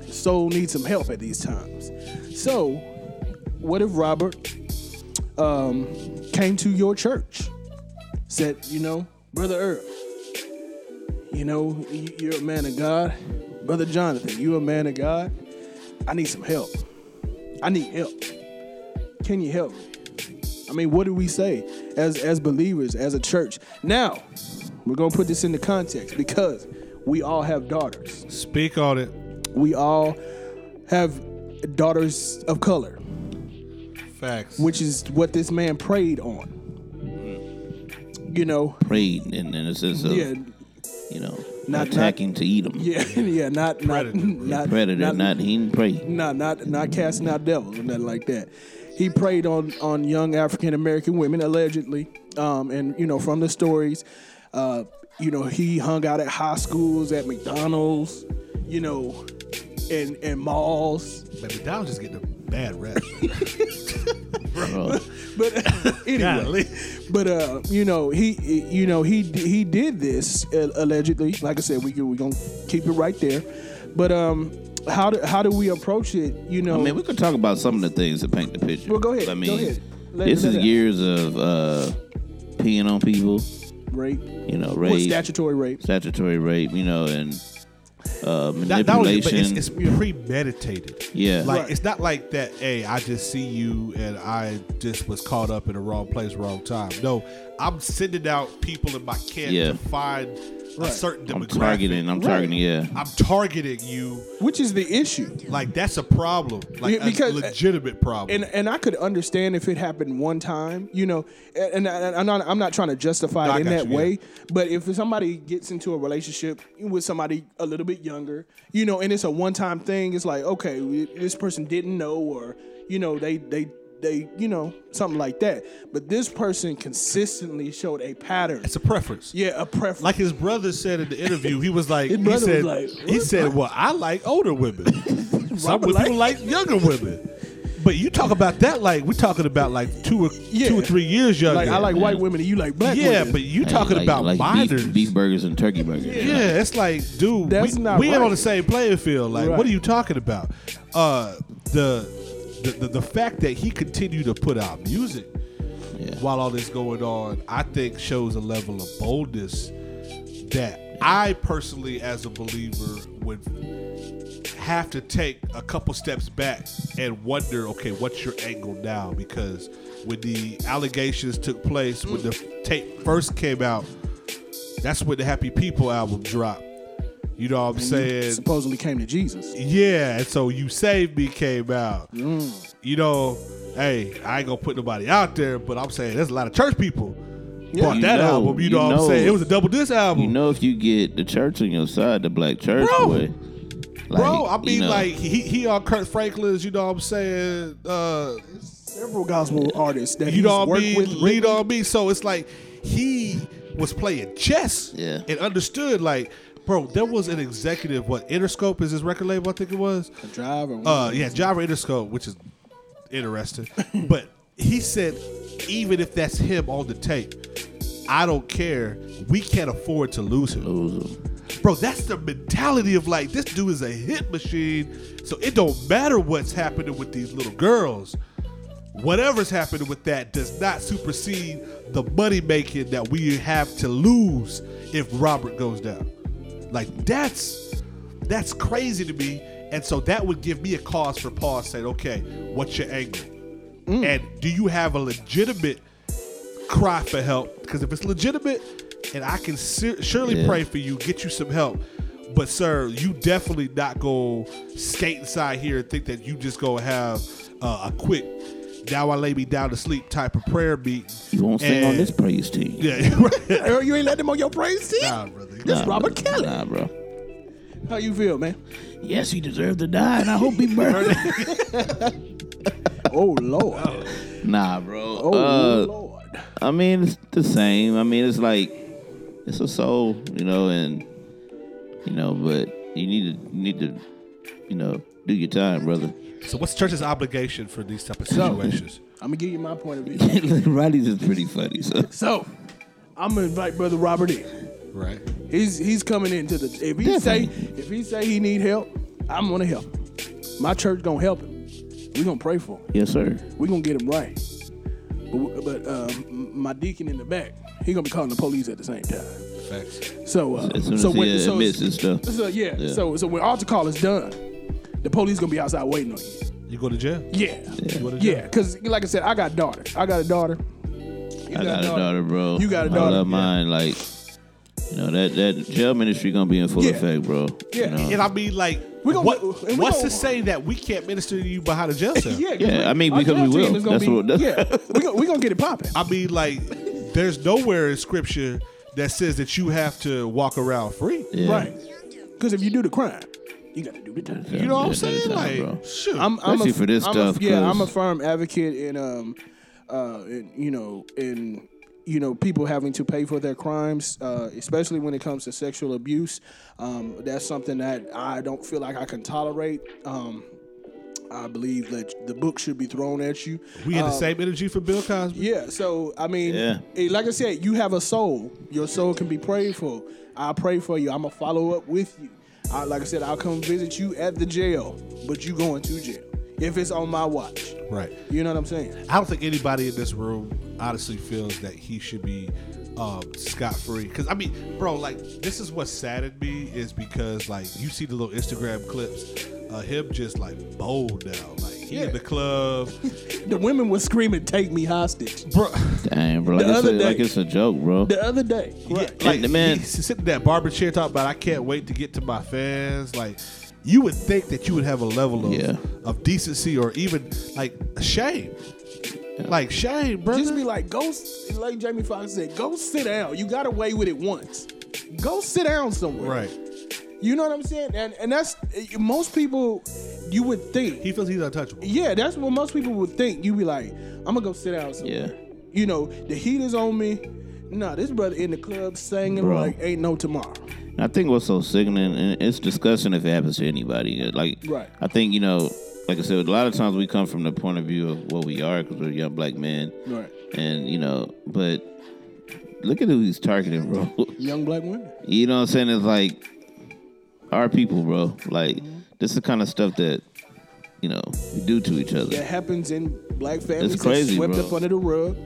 soul needs some help at these times. So, what if Robert um, came to your church, said, you know, Brother Earl, you know, you- you're a man of God. Brother Jonathan, you're a man of God. I need some help. I need help. Can you help me? I mean, what do we say as as believers, as a church? Now, we're gonna put this into context because we all have daughters. Speak on it. We all have daughters of color, Facts. which is what this man preyed on. You know, Prayed in, in a sense of, yeah, you know, Not- attacking to eat them. yeah, yeah, not not Predator. not Predator, not, he didn't pray. no, not not casting out devils or nothing like that. He preyed on on young African American women allegedly, um, and you know from the stories, uh, you know he hung out at high schools, at McDonald's, you know, and and malls. Baby Dow just getting the bad rep. bro. but uh, anyway, Golly. but uh, you know he, you know he he did this uh, allegedly. Like I said, we we gonna keep it right there. But um, how do how do we approach it? You know, I mean, we could talk about some of the things that paint the picture. Well, go ahead, I go mean, ahead. Let- this let is it- years of uh, peeing on people. rape, You know, well, rape, statutory rape. statutory rape. You know, and uh, manipulation. That, that was, but it's, it's premeditated. Yeah. like Right. it's not like that. Hey, I just see you and I just was caught up in the wrong place, wrong time. No, I'm sending out people in my camp Yeah. to find a certain I'm demographic. targeting. I'm targeting. Yeah. I'm targeting you. Which is the issue, Like that's a problem. Like Yeah, because- uh, a legitimate problem. and and I could understand if it happened one time, you know, and, and I, I'm not I'm not trying to justify No, I it in got that you, yeah. way, but if somebody gets into a relationship with somebody a little bit younger, you know, and it's a one time thing, it's like okay, we- this person didn't know, or you know, they they they you know something like that, but this person consistently showed a pattern, it's a preference. yeah, a preference. Like his brother said in the interview, he was like, His he brother said, was like, he said, well, I like older women. Some Robert people like younger women. But you talk about that like we're talking about like two or Yeah. two or three years younger. Like, I like white women, and you like black yeah, women. but you Hey, talking like- about like minors. beef, beef burgers and turkey burgers. Yeah, it's like, dude, That's we, not we ain't right. on the same playing field. Like, Right. what are you talking about? Uh, the, the the the fact that he continued to put out music Yeah. while all this going on, I think shows a level of boldness that I personally, as a believer, would have to take a couple steps back and wonder, okay, what's your angle now? Because when the allegations took place, when the tape first came out, that's when the Happy People album dropped. You know what I'm saying? supposedly came to Jesus. Yeah, and so you saved me came out. Mm. You know, hey, I ain't gonna put nobody out there, but I'm saying there's a lot of church people bought You that know, album. You, you know, what know. I'm saying? It was a double disc album. You know, if you get the church on your side, the black church, Bro. boy. Like, Bro, I you mean know, like he he on Kurt Franklin's, you know what I'm saying? Uh Several gospel artists that you he's know worked what I mean? with. Lead on me. So it's like he was playing chess Yeah. and understood like Bro, there was an executive. What Interscope is his record label? I think it was. Drive or Uh, yeah, Java Interscope, which is interesting. but he said, even if that's him on the tape, I don't care. We can't afford to lose him. those are- Bro, that's the mentality of like, this dude is a hit machine. So it don't matter what's happening with these little girls. Whatever's happening with that does not supersede the money making that we have to lose if Robert goes down. Like that's that's crazy to me. And so that would give me a cause for pause saying, okay, what's your angle? And do you have a legitimate cry for help? Because if it's legitimate, and I can ser- surely Yeah. pray for you, get you some help. But sir, you definitely not go skate inside here and think that you just gonna have uh, a quick now I lay me down to sleep type of prayer meeting. you won't sing on And- this praise team. Yeah, right. Earl, you ain't let them on your praise team. Nah, brother. This Robert bro. Kelly. Nah, bro. How you feel, man? Yes, he deserved to die, and I hope he burned. Oh Lord. nah, bro. Oh uh, Lord. I mean, it's the same. I mean, it's like it's a soul, you know, and you know, but you need to you need to you know do your time, brother. So what's church's obligation for these type of situations? I'm gonna give you my point of view. Roddy's is pretty funny, so So, I'm gonna invite Brother Robert in. right. He's he's coming into the. If he say if he say he need help, I'm gonna help. him. My church gonna help him. We gonna pray for him. yes, sir. We gonna get him right. But, but um, my deacon in the back, he gonna be calling the police at the same time. Facts. So uh, As soon so as when, he so admits and stuff, So yeah, Yeah. So so when altar call is done, the police gonna be outside waiting on you. You go to jail. Yeah. You go to jail. Yeah, because like I said, I got daughter. I got a daughter. You I got a daughter, bro. You got a I daughter, love yeah. mine. Like you know that that jail ministry gonna be in full Yeah. effect, bro. Yeah, You know? And I mean, like, We gonna- what, we what's gonna- to say that we can't minister to you behind a jail cell? Yeah, 'cause Yeah, we- I mean, our because we jail team will. is gonna That's what- that's- yeah, we're gonna, we gonna get it popping. I mean, like, there's nowhere in scripture that says that you have to walk around free. Yeah. Right. Because if you do the crime, you got to do the time. Yeah, You know what I'm yeah, saying? that's how, bro. Like, shoot. I'm, I'm Especially a, for this I'm stuff, A, yeah, 'cause- I'm a firm advocate in um, uh, in, you know, in you know, people having to pay for their crimes, uh, especially when it comes to sexual abuse. Um, that's something that I don't feel like I can tolerate. Um, I believe that the book should be thrown at you. We had the Um, same energy for Bill Cosby. Yeah, so I mean, Yeah. eh, like I said, you have a soul. Your soul can be prayed for. I pray for you. I'm gonna follow up with you. I, like I said, I'll come visit you at the jail, but you going to jail if it's on my watch. Right. You know what I'm saying? I don't think anybody in this room honestly feels that he should be um, scot free. Because I mean, bro, like this is what saddened me is because like you see the little Instagram clips, uh, him just like bold now, like he Yeah. in the club, The women were screaming, "Take me hostage." bro. Damn, bro. Like, The it's other a, like day- it's a joke, bro. The other day, right? Yeah, Like the man- he's sitting in that barber chair talking about I can't wait to get to my fans. Like you would think that you would have a level of Yeah. of decency or even like shame, like shame, bro. Just be like, go, s- like Jamie Foxx said, go sit down. You got away with it once. Go sit down somewhere. right. You know what I'm saying? And and that's eh, most people. You would think. He feels he's untouchable. Yeah, that's what most people would think. You'd be like, I'm gonna go sit down somewhere. Yeah. You know, the heat is on me. Nah, this brother in the club singing Bro. like ain't no tomorrow. And I think what's so sickening, and it's disgusting if it happens to anybody. Like, Right. I think you know, like I said, a lot of times we come from the point of view of what we are because we're young black men, Right. and you know, but look at who he's targeting, bro. Young black women. you know what I'm saying? It's like our people, bro. Like, Mm-hmm. this is the kind of stuff that you know we do to each other. That happens in black families. It's crazy, Swept bro. up under the rug.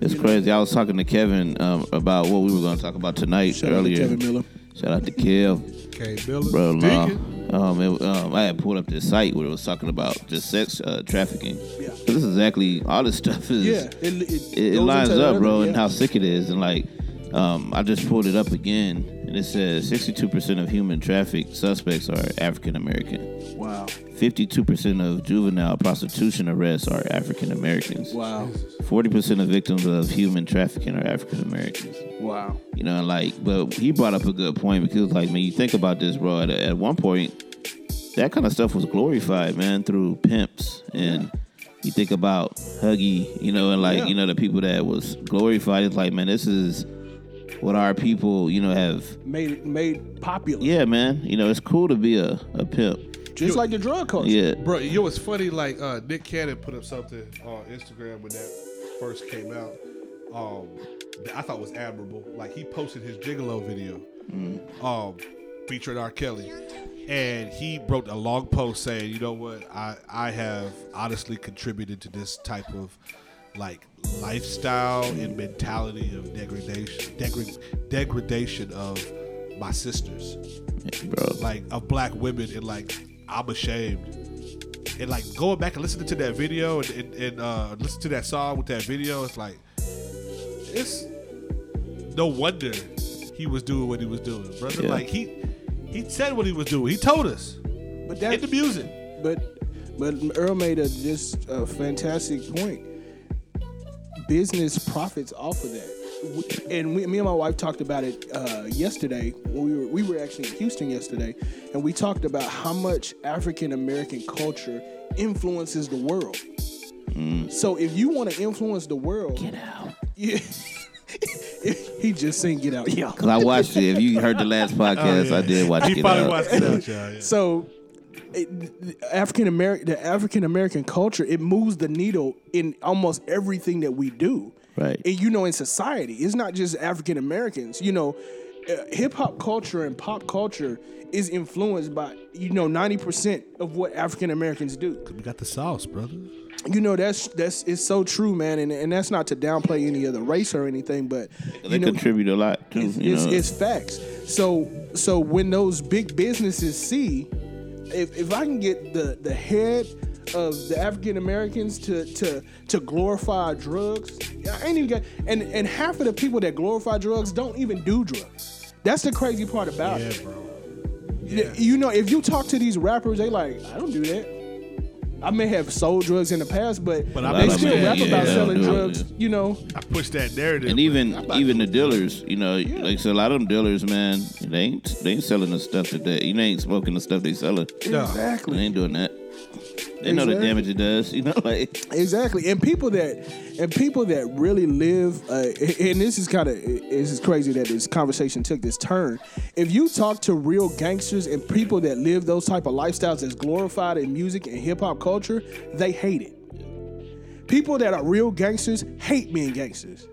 It's crazy. I was talking to Kevin um, about what we were going to talk about tonight Shout out to earlier. Kevin Miller. Shout out to Kev. Okay, Miller. bro. nah. Dig it. um, it, um, I had pulled up this site where it was talking about just sex uh, trafficking. Yeah. This is exactly all this stuff is. Yeah, it, it, It, it goes lines into up, the bro, other- and yeah. how sick it is. And like, um, I just pulled it up again, and it says 62% of human traffic suspects are African American. Wow, 52% of juvenile prostitution arrests are African Americans. wow, 40% of victims of human trafficking are African Americans. wow. You know, and like, but he brought up a good point because, like, man, you think about this, bro. At, at one point, that kind of stuff was glorified, man, through pimps. And you think about Huggy, you know, and like, Yeah. you know, the people that was glorified. It's like, man, this is what our people, you know, have. Made it made popular. Yeah, man. You know, it's cool to be a, a pimp. just like the drug culture. Yeah. Bro, you know what's funny? Like uh, Nick Cannon put up something on Instagram when that first came out. Um, that I thought was admirable. Like he posted his Gigolo video, um, featuring R. Kelly, and he wrote a long post saying, "You know what? I I have honestly contributed to this type of like lifestyle and mentality of degradation, degra- degradation of my sisters." Bro, like of black women and like I'm ashamed. And like going back and listening to that video and, and, and uh listen to that song with that video, it's like it's no wonder he was doing what he was doing, brother. Yeah. Like he he said what he was doing. He told us But in that the music. But but Earl made a just a fantastic point. Business profits off of that, and we, me and my wife talked about it uh, yesterday. When we were we were actually in Houston yesterday, and we talked about how much African American culture influences the world. So if you want to influence the world, Mm. get out. Yeah. he just saying get out. Yeah. because I watched it. If you heard the last Oh, podcast, I did watch He it. probably out. watched it out, y'all. yeah. So, African American, the African American culture, it moves the needle in almost everything that we do. Right. And you know, in society, it's not just African Americans. You know, uh, hip hop culture and pop culture is influenced by you know ninety percent of what African Americans do. We got the sauce, brother. You know, that's that's it's so true, man. And and that's not to downplay any other race or anything, but They you know, contribute a lot, too. it's, you it's, know? it's facts. So so when those big businesses see, if, if I can get the, the head of the African Americans to, to to glorify drugs, I ain't even got and and half of the people that glorify drugs don't even do drugs. That's the crazy part about Yeah, it. bro. You know, if you talk to these rappers, they like, I don't do that. I may have sold drugs in the past, but, But I they bet- still yeah, rap yeah, about yeah, selling yeah. drugs. You know, I pushed that narrative. and but even I'm not even the doing dealers, you know, like so a lot of them dealers, man, they ain't they ain't selling the stuff that they you know, ain't smoking the stuff they selling. No. exactly. They ain't doing that. They know the Exactly. damage it does. You know, like Exactly, and people that and people that really live, uh, and this is kind of this is crazy that this conversation took this turn. If you talk to real gangsters and people that live those type of lifestyles that's glorified in music and hip hop culture, they hate it. People that are real gangsters hate being gangsters.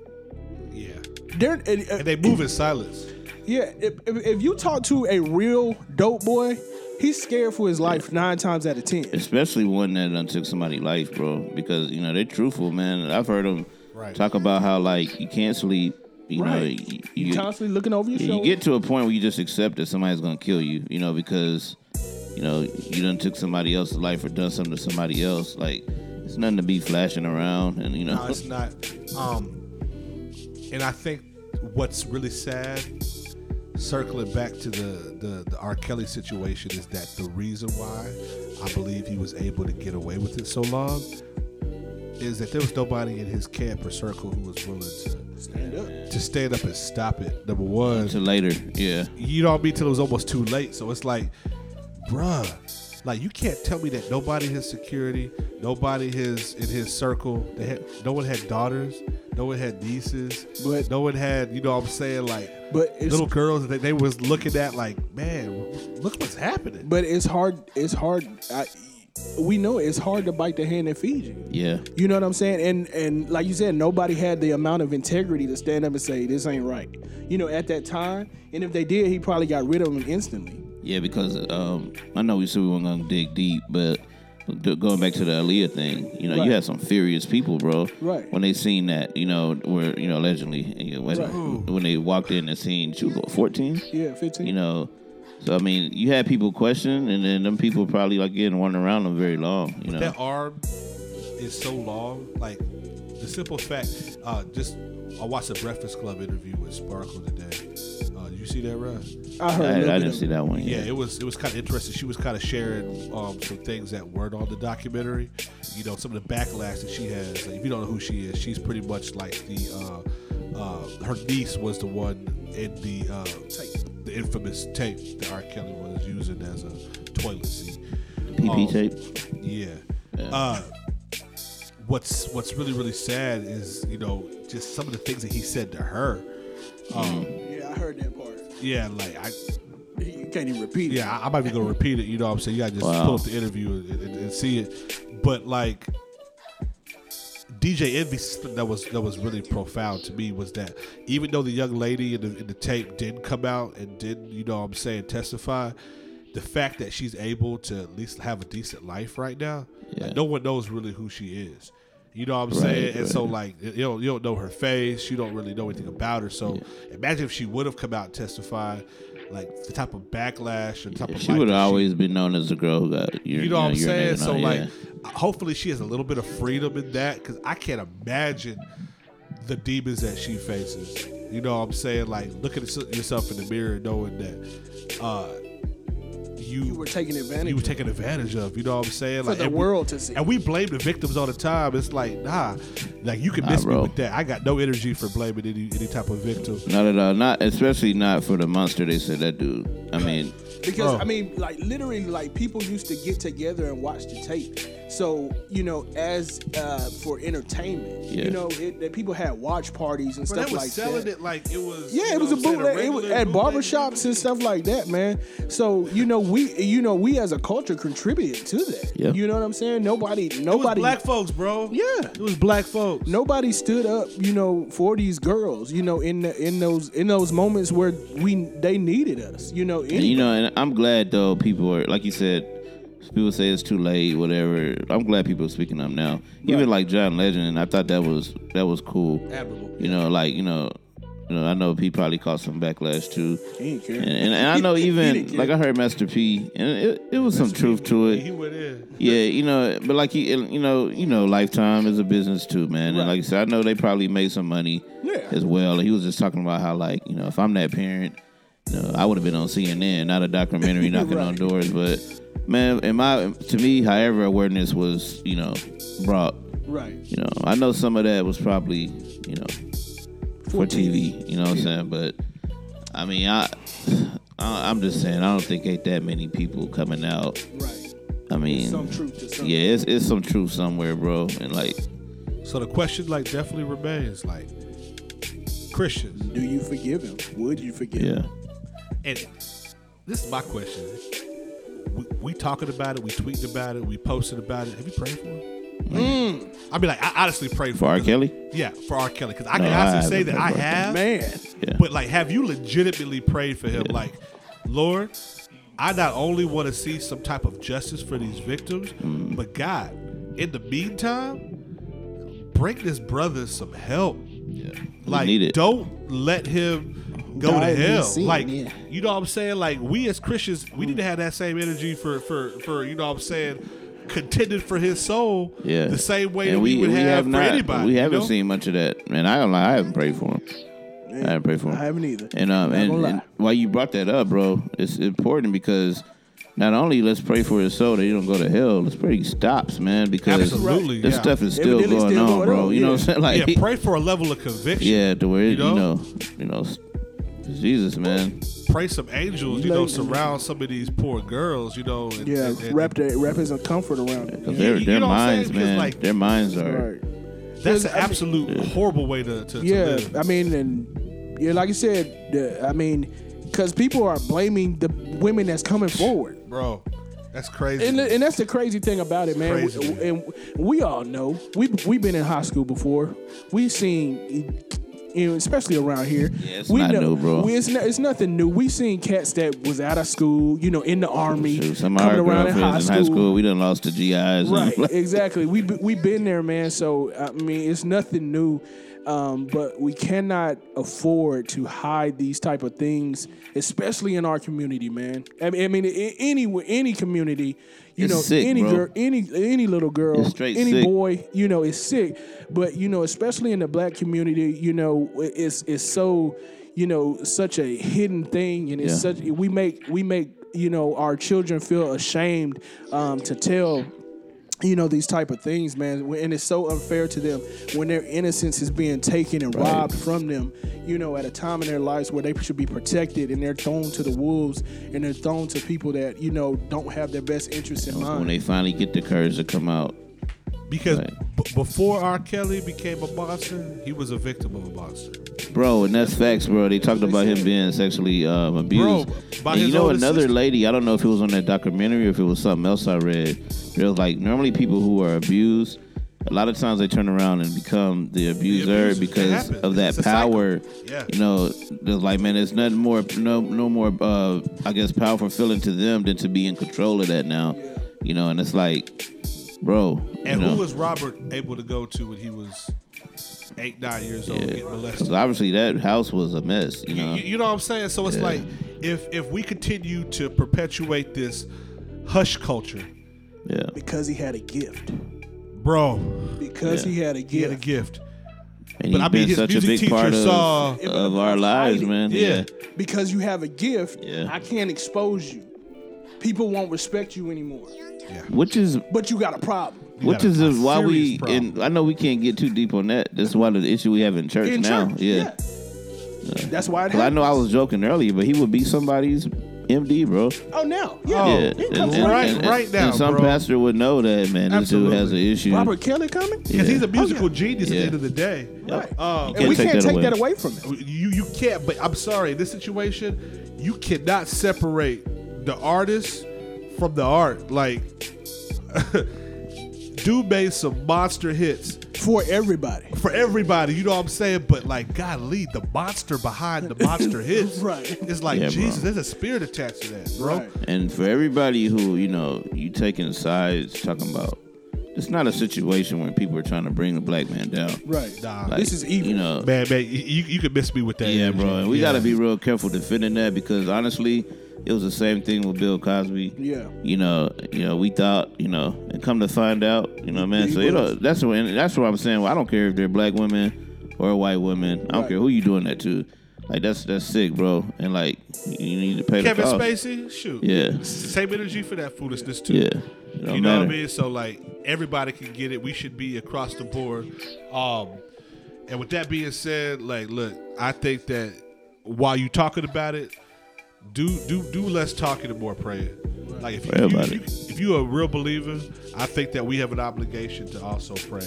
Yeah. They're, and, uh, And they move in silence. yeah, if, if, if you talk to a real dope boy, he's scared for his life nine times out of ten. especially one that done took somebody's life, bro. Because you know they're truthful, man. I've heard them Right. talk about how like you can't sleep. You know, Right. you, You, constantly looking over your Yeah, shoulder. you get to a point where you just accept that somebody's gonna kill you, you know, because you know you done took somebody else's life or done something to somebody else. Like it's nothing to be flashing around, and you know, No, it's not. Um, and I think what's really sad, circling back to the, the the R. Kelly situation, is that the reason why I believe he was able to get away with it so long is that there was nobody in his camp or circle who was willing to Stand up. to stand up and stop it. Number one, to later, yeah, you don't mean till it was almost too late. So it's like, bruh, like you can't tell me that nobody in his security, nobody his in his circle, they had no one had daughters, no one had nieces, But- no one had, you know what I'm saying, like But it's- little girls that they was looking at like, man, look what's happening. But it's hard. It's hard. I, we know it's hard to bite the hand that feeds you. yeah, You know what I'm saying? And and like you said, nobody had the amount of integrity to stand up and say this ain't right. You know, at that time, and if they did, he probably got rid of them instantly. yeah. Because um, I know we said we weren't gonna dig deep, but go- going back to the Aaliyah thing, you know, Right. you had some furious people, bro. Right. When they seen that, you know, where you know allegedly, you know, when, Right. when they walked in and seen she was what, 14. Yeah, 15. you know. So I mean, you had people question, and then them people probably like getting one around them very long, you know. that arm is so long. Like the simple fact, uh, just I watched a Breakfast Club interview with Sparkle today. Uh, you see that, Russ? I heard. a little I, I bit didn't of see it. that one. Yeah, Yet. it was it was kind of interesting. She was kind of sharing um, some things that weren't on the documentary. You know, some of the backlash that she has. Like, if you don't know who she is, she's pretty much like the uh, uh, her niece was the one in the uh, the infamous tape that R. Kelly was using as a toilet seat. PP Um, tape. Yeah. Uh, what's what's really really sad is you know just some of the things that he said to her. Yeah, I heard that part. Yeah, like I You can't even repeat Yeah, I, I might be gonna repeat it. You know what I'm saying? You gotta just Wow. pull up the interview and, and, and see it. But like DJ Envy, something that was that was really profound to me was that even though the young lady in the, in the tape didn't come out and didn't, you know what I'm saying, testify, the fact that she's able to at least have a decent life right now, like, Yeah. no one knows really who she is. You know what I'm Right, saying? And so right. like you don't, you don't know her face, you don't really know anything about her. So imagine if she would have come out and testified, like the type of backlash and type of She life would that have always been known as the girl who got your, you know what I'm your saying? name So on, like, yeah. hopefully she has a little bit of freedom in that because I can't imagine the demons that she faces. You know what I'm saying? Like looking at yourself in the mirror, and knowing that uh, you, You were taking advantage You were of. taken advantage of. You know what I'm saying? the and world we, to see. And we blame the victims all the time. It's like nah, like you can Nah, miss me bro. with that. I got no energy for blaming any any type of victim. Not at all. Not especially not for the monster they said that dude. I mean, Because Bro. I mean, like literally, like people used to get together and watch the tape. So you know, as uh, for entertainment, Yeah. you know, it, that people had watch parties and But stuff they was like selling that. it like it was. Yeah, you it was know what a I'm saying, bootleg. It was regular at bootleg barbershops and stuff like that, man. So you know, we you know we as a culture contributed to that. Yeah. You know what I'm saying? Nobody, It was nobody, black folks, bro. Yeah. it was black folks. nobody stood up. You know, for these girls. You know, in the, in those in those moments where we they needed us. You know, and, any, you know, and I'm glad though people are like you said. People say it's too late, whatever. I'm glad people are speaking up now. Even like John Legend, I thought that was that was cool. Admirable. You know, like you know, you know. I know he probably caught some backlash too. He didn't care. And, and, and I know He even didn't care. like I heard Master P, and it, it was some truth to He it. went in. Yeah, you know, but like he, you know, you know, Lifetime is a business too, man. And like I said, I know they probably made some money Yeah. as well. And he was just talking about how like you know, if I'm that parent, you know, I would have been on CNN, not a documentary knocking on Right. doors. But man, in my to me, however, awareness was you know brought. right. You know, I know some of that was probably you know for TV. You know what I'm saying? But I mean, I, I I'm just saying I don't think ain't that many people coming out. Right. I mean, Some truth to something. yeah, it's, it's some truth somewhere, bro. And like, So the question like definitely remains like Christians. Do you forgive him? Would you forgive yeah, him? And this is my question. We, we talking about it. We tweeted about it. We posted about it. Have you prayed for him? I mean, like I honestly prayed for, Mm. for R. him. Kelly, Yeah, for R. Kelly, because I No, can I honestly say haven't that I prayed for R. have. Man. yeah, But like, have you legitimately prayed for him? Yeah. Like, Lord, I not only want to see some type of justice for these victims, Mm. but God, in the meantime, bring this brother some help. yeah. We Like, need it. don't let him go Die to in his hell. sin, like, yeah. you know what I'm saying? Like, we as Christians, we need to have that same energy for for for you know what I'm saying. Contended for his soul, yeah, the same way And that we, would have, for not, anybody. We you haven't know? seen much of that, and I don't lie. I haven't prayed for him. I haven't prayed for him. I haven't either. And um, Not gonna and, lie. and while you brought that up, bro, it's important because not only let's pray for his soul that he don't go to hell, let's pray he stops, man, because Absolutely, this yeah. stuff is still Evidently going still on, going bro. on, You know yeah. what I'm saying? Like, yeah, pray for a level of conviction. yeah, to where you You know? know, you know, s- Jesus, man, pray some angels, you know, surround some of these poor girls, you know. And, Yeah, and- and wrap that wrap his comfort around it. because Yeah, their you their know what I'm saying? minds, 'Cause, man, like- their minds are. Right. That's I an mean- absolute horrible way to, to, to Yeah, live. I mean, and yeah, like you said, the, I mean, because people are blaming the women that's coming forward. Bro, that's crazy. And, and that's the crazy thing about it, man. crazy, man. And we all know we we've been in high school before. We've seen, you know, especially around here. Yeah, it's we not new, bro. We, it's, no, it's nothing new. We seen cats that was out of school, you know, in the army, Shoot, some of coming our around girlfriends in high, school. we done lost to GIs. Right, And, exactly. We be- we been there, man. So I mean, it's nothing new, um, but we cannot afford to hide these type of things, especially in our community, man. I mean, I mean, i- any any community, you It's know, sick, any bro. girl, any any little girl, It's straight any sick. boy, you know, is sick. But you know, especially in the black community, you know, it's it's so, you know, such a hidden thing, and it's Yeah. such we make we make you know our children feel ashamed um, to tell you know these type of things man and it's so unfair to them when their innocence is being taken and robbed from them you know at a time in their lives where they should be protected and they're thrown to the wolves and they're thrown to people that you know don't have their best interests in when mind they finally get the courage to come out, because Right. b- before R. Kelly became a monster, he was a victim of a monster. Bro, and that's facts, bro. They talked about him being sexually um, abused. Bro, by and you his know, older another sister. lady, I don't know if it was on that documentary or if it was something else I read. It was like normally people who are abused, a lot of times they turn around and become the abuser abusers. It because happens. of that It's a cycle. power. Yeah. You know, there's like, man, there's nothing more, no, no more, uh, I guess, powerful feeling to them than to be in control of that now. You know, and it's like, bro. And you know, who was Robert able to go to when he was eight, nine years old yeah. getting 'Cause molested? obviously that house was a mess. You know. You, you know what I'm saying? So it's Yeah. like if if we continue to perpetuate this hush culture, yeah. because he had a gift bro, because Yeah. he had a gift he had a gift. And But he's I mean, been his such a music big teacher part of, saw- of our lives, man. Yeah. Yeah. because you have a gift Yeah. i can't expose you people won't respect you anymore Which is but you got a problem which got a- is a why we serious problem. and I know we can't get too deep on that. That's why the issue we have in church in now. church Yeah. that's why it Cause I know I happens. was joking earlier, but he would be somebody's MD, bro. oh now yeah, Oh, yeah. it comes and- right right- right and now, some bro. pastor would know that, man. This dude has an Absolutely. issue. Robert Kelly coming? Because Yeah. Oh, he's a musical genius at Yeah. the end of the day. Yep. Uh, You And we Um, can't take that away. away from him. you you can't. But I'm sorry, in this situation, you cannot separate the artist from the art. Like, dude made some monster hits For everybody. for everybody. You know what I'm saying? But like, golly, the monster behind the monster hits. Right. It's like Yeah, bro. Jesus. There's a spirit attached to that, bro. Right. And for everybody who, you know, you taking sides talking about it's not a situation where people are trying to bring the black man down. Right. Nah. Like, this is evil. You know, Man, man, you, you you could miss me with that. Yeah, energy. bro. And we Yeah. got to be real careful defending that because honestly, it was the same thing with Bill Cosby. Yeah. You know, you know, we thought, you know, and come to find out, you know, man. He So you know, was. that's what and that's what I'm saying. Well, I don't care if they're black women or white women. I don't Right. care who you doing that to. Like that's that's sick, bro. And like you need to pay Kevin the cost. Spacey. Shoot. Oh. Yeah. Same energy for that foolishness too. Yeah. It don't you know what I matter. mean? So like everybody can get it. We should be across the board. Um, and with that being said, like, look, I think that while you talking about it, do do do less talking and more praying. Like if Pray you, about if, you, it. if you a real believer, I think that we have an obligation to also pray.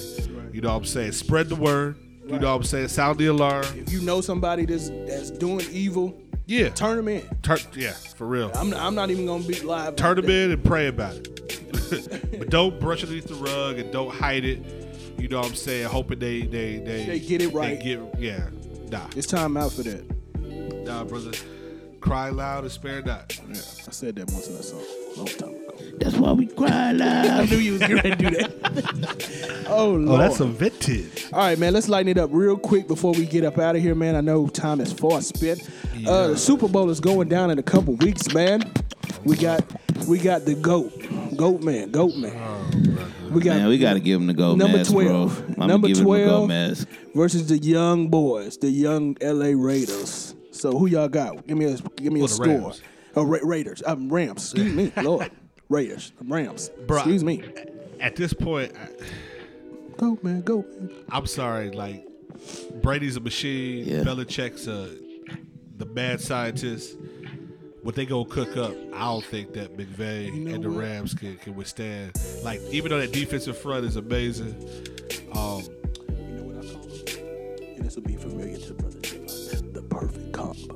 You know what I'm saying? Spread the word. You know what I'm saying? Sound the alarm. If you know somebody that's that's doing evil, Yeah. turn them in. Tur- yeah, for real. I'm, I'm not even gonna be live. Turn them in and pray about it. but don't brush it underneath the rug and don't hide it. You know what I'm saying? Hoping they they they, They get it right. get- yeah. Nah. It's time out for that. Nah, brother. Cry loud and spare not. Yeah, I said that once in a song, long time ago. That's why we cry I loud. knew you was gonna do that. oh lord. vintage. All right, man. Let's lighten it up real quick before we get up out of here, man. I know time is far spent. Uh, the Super Bowl is going down in a couple weeks, man. We got we got the goat, goat man, goat Oh, man. We got Man, we gotta give him the gold Number mask, 12. bro. I'm Number gonna give him the 12. gold mask. versus the young boys, the young LA Raiders. So who y'all got? Give me a give me Well, a the score. Rams. Oh, Ra- Raiders. Um, Rams. Excuse me, Lord. Raiders. Rams. Bruh. Excuse me. At this point, I, Goat man, goat man. I'm sorry. Like Brady's a machine. Yeah. Belichick's a the mad scientist. What they gonna cook up? I don't think that McVay know and the what? Rams can, can withstand. Like even though that defensive front is amazing, um, You know what I call them? And this will be familiar to brother Javon. The perfect combo.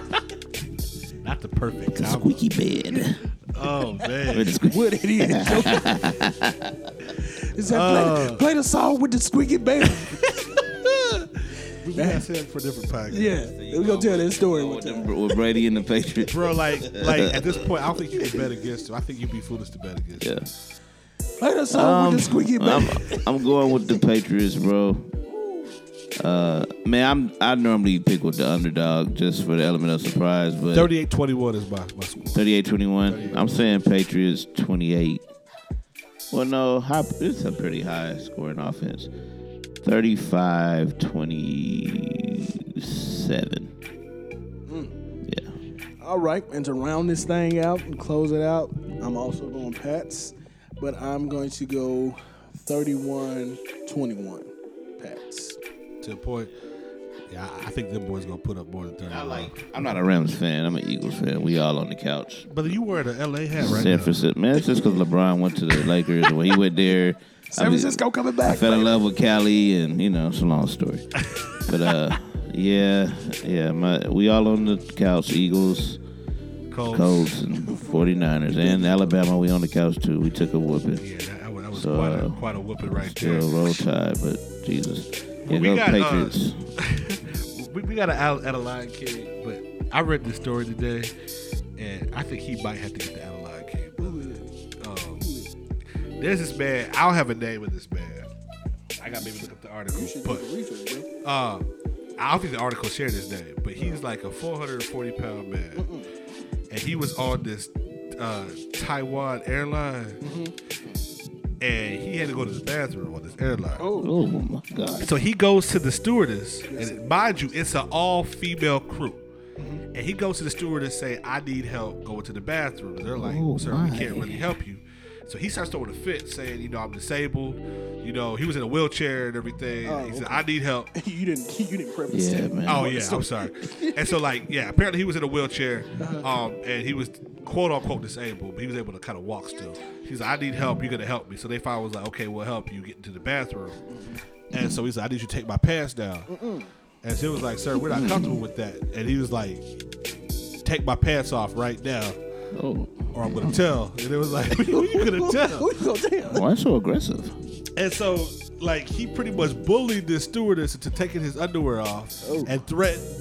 not the perfect The combo. squeaky bed. Oh With man, the squeaky- What it is? Is that play, Uh. the- play the song with the squeaky band? we gotta say that for a different podcast. yeah, we gonna tell that story one with, time. them- with Brady and the Patriots. Bro, like, like at this point, I don't think you can bet against him. I think you'd be foolish to bet against him. Yeah. Play the song with the squeaky I'm, band. I'm going with the Patriots, bro. Uh, man, I'm I normally pick with the underdog just for the element of surprise, but 38 21 is my, my score. 38-21. I'm saying Patriots 28. Well, no, high, it's a pretty high scoring offense. 35-27. Hmm. Yeah. All right, and to round this thing out and close it out, I'm also going Pats, but I'm going to go 31-21 Pats. To the point, yeah, I- I think them boys gonna put up more than 30. I like. I'm not a Rams fan. I'm an Eagles fan. We all on the couch. Brother, you wearing an LA hat right San now. Francisco. Man, it's just because LeBron went to the Lakers and when he went there, San I mean, Francisco coming I back. fell in love with Cali, and you know, it's a long story. But uh, yeah, yeah, my, we all on the couch. Eagles, Cold. Colts, and 49ers, and Alabama. We on the couch too. We took a whooping. Yeah, that, that was, that was So, quite, a, uh, quite a whooping right there. Still roll tide, but Jesus, yeah, we go got, uh, Patriots. we, we got an out, out of line kid, but I read this story today, and I think he might have to get the out of line kid. brother. Um, there's this man. I don't have a name of this man. I got maybe look up the article, but uh, I don't think the article shared his name, but he's like a 440 pound man, and he was on this uh, Taiwan airline, and he had to go to the bathroom on this airline. oh my God, So he goes to the stewardess, and mind you, it's an all-female crew. And he goes to the stewardess say, "I need help going to the bathroom." They're like, Oh, "Sir, my. we can't really help you." So he starts throwing a fit, saying, "You know, I'm disabled. You know, he was in a wheelchair and everything." Oh, he said, okay. "I need help." you didn't you didn't preface yeah, that. man. Oh yeah, I'm sorry. And so like yeah, apparently he was in a wheelchair, um, and he was quote unquote disabled, but he was able to kind of walk still. He's like, I need help. You're gonna help me. So they finally was like, okay, we'll help you get into the bathroom. And so he's like, I need you to take my pants down. And she was like, sir, we're not comfortable with that. And he was like, take my pants off right now, Oh, or I'm gonna tell. And it was like, who you gonna tell? Who you gonna tell? why so aggressive? And so, like, he pretty much bullied this stewardess into taking his underwear off Oh. and threatened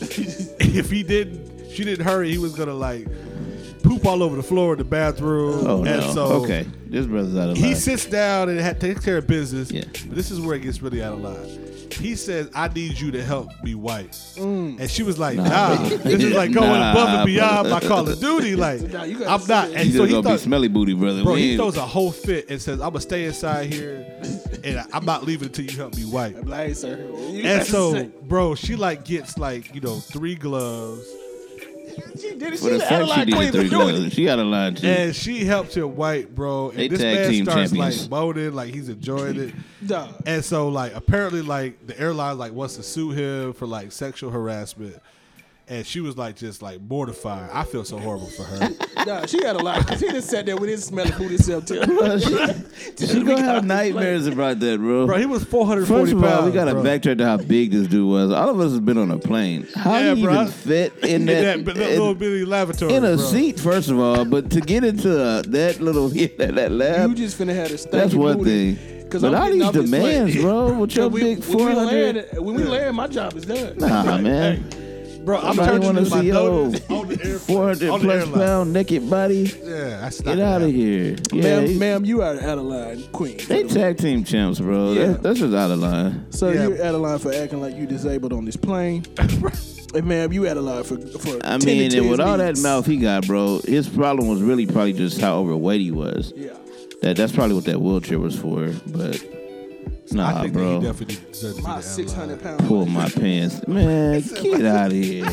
if he didn't, she didn't hurry, he was gonna like poop all over the floor in the bathroom. Oh and no. so okay, this brother's out of line. he sits down and ha- takes care of business. Yeah. But this is where it gets really out of line. He says, "I need you to help me wipe," and she was like, "Nah, this is like going Mm. Nah, above and beyond brother. my Call of Duty. Like, Nah, you gotta I'm not." sit- And He's so gonna he be thought, smelly booty, brother. Bro, We he ain't- throws a whole fit and says, "I'm gonna stay inside here, and I'm not leaving until you help me wipe." I'm like, hey, sir. And You gotta so, say- bro, she like gets like you know three gloves, she did it. For She the the fact she Adeline did Queen three for doing it. dollars, she out of line too. and she helped him wipe, bro. And Mm. They this tag man team starts champions. like moaning, like he's enjoying it. Dog. And so, like apparently, like the airline like wants to sue him for like sexual harassment. and she was like just like mortified. I feel so horrible for her. Nah, she had a lot. She just sat there with his smelly booty self too. she she gonna have nightmares about that, bro. bro, he was 440 First of all, pounds. we gotta bro. backtrack to how big this dude was. All of us has been on a plane. How Yeah, do you bro. even fit in in that, that, bi- in- little bitty lavatory in a bro. seat? First of all, but to get into uh, that little that, that You lab, just finna have a stanky that's one booty. thing. Cause But I'm all getting these off this demands, plane. bro, with your we, big when we four hundred. land, when we land, my job is done. Nah, man. bro. I'm Nobody turning wanna to my see nose your on the airplane. 400 on the plus airline. pound naked body. Yeah, that's not Get gonna out of happen. here. Yeah, ma'am, he- ma'am, you are out of line, queen. They tag team champs, bro. That- Yeah. that's just out of line. so Yeah. you're out of line for acting like you disabled on this plane. and ma'am, you out of line for for. I tending mean, to and his with all that needs. mouth he got, bro, his problem was really probably just how overweight he was. Yeah. That that's probably what that wheelchair was for. But it's not, I think that bro. he definitely deserves to be My the six hundred airline. pound. Pull my pants, man. Get out of here.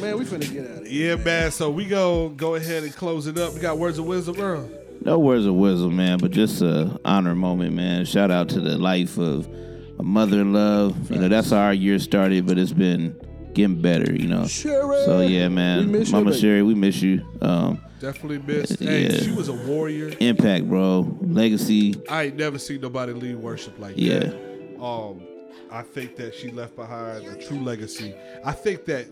Man, we finna get out of here. Yeah, man. So we go go ahead and close it up. We got words of wisdom, Earl. No words of wisdom, man, but just a honor moment, man. Shout out to the life of a mother in love. You know, that's how our year started, but it's been getting better. You know. Sherry. So yeah, man. We miss you, Mama baby. Sherry, we miss you. Um, Definitely missed. Hey, Yeah. she was a warrior. impact, bro. Legacy. I ain't never seen nobody lead worship like Yeah. that. Um, I think that she left behind a true legacy. I think that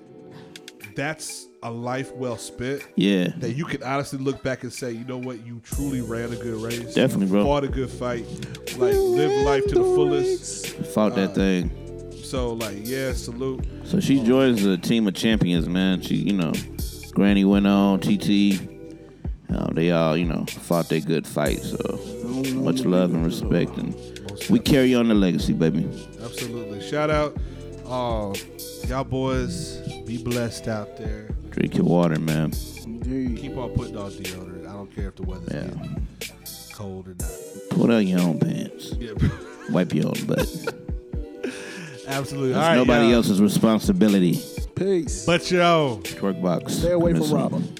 that's a life well spent. Yeah. That you can honestly look back and say, you know what, you truly ran a good race. Definitely, bro. Fought a good fight. Like lived life to the fullest. Fought that thing. So like, yeah, salute. So she joins the team of champions, man. She, you know, Granny went on, TT. Uh, they all, you know, fought their good fight. So Mm-hmm. much love and respect. And we carry on the legacy, baby. Absolutely. Shout out. Uh, y'all boys, be blessed out there. Drink your water, man. Indeed. Keep on putting on deodorant. I don't care if the weather's Yeah. getting cold or not. Put on your own pants. Yeah, Wipe your own butt. It's absolutely. All right, nobody y'all. else's responsibility. Peace. But yo, Twerk box. Stay away I from miss 'em. Robert.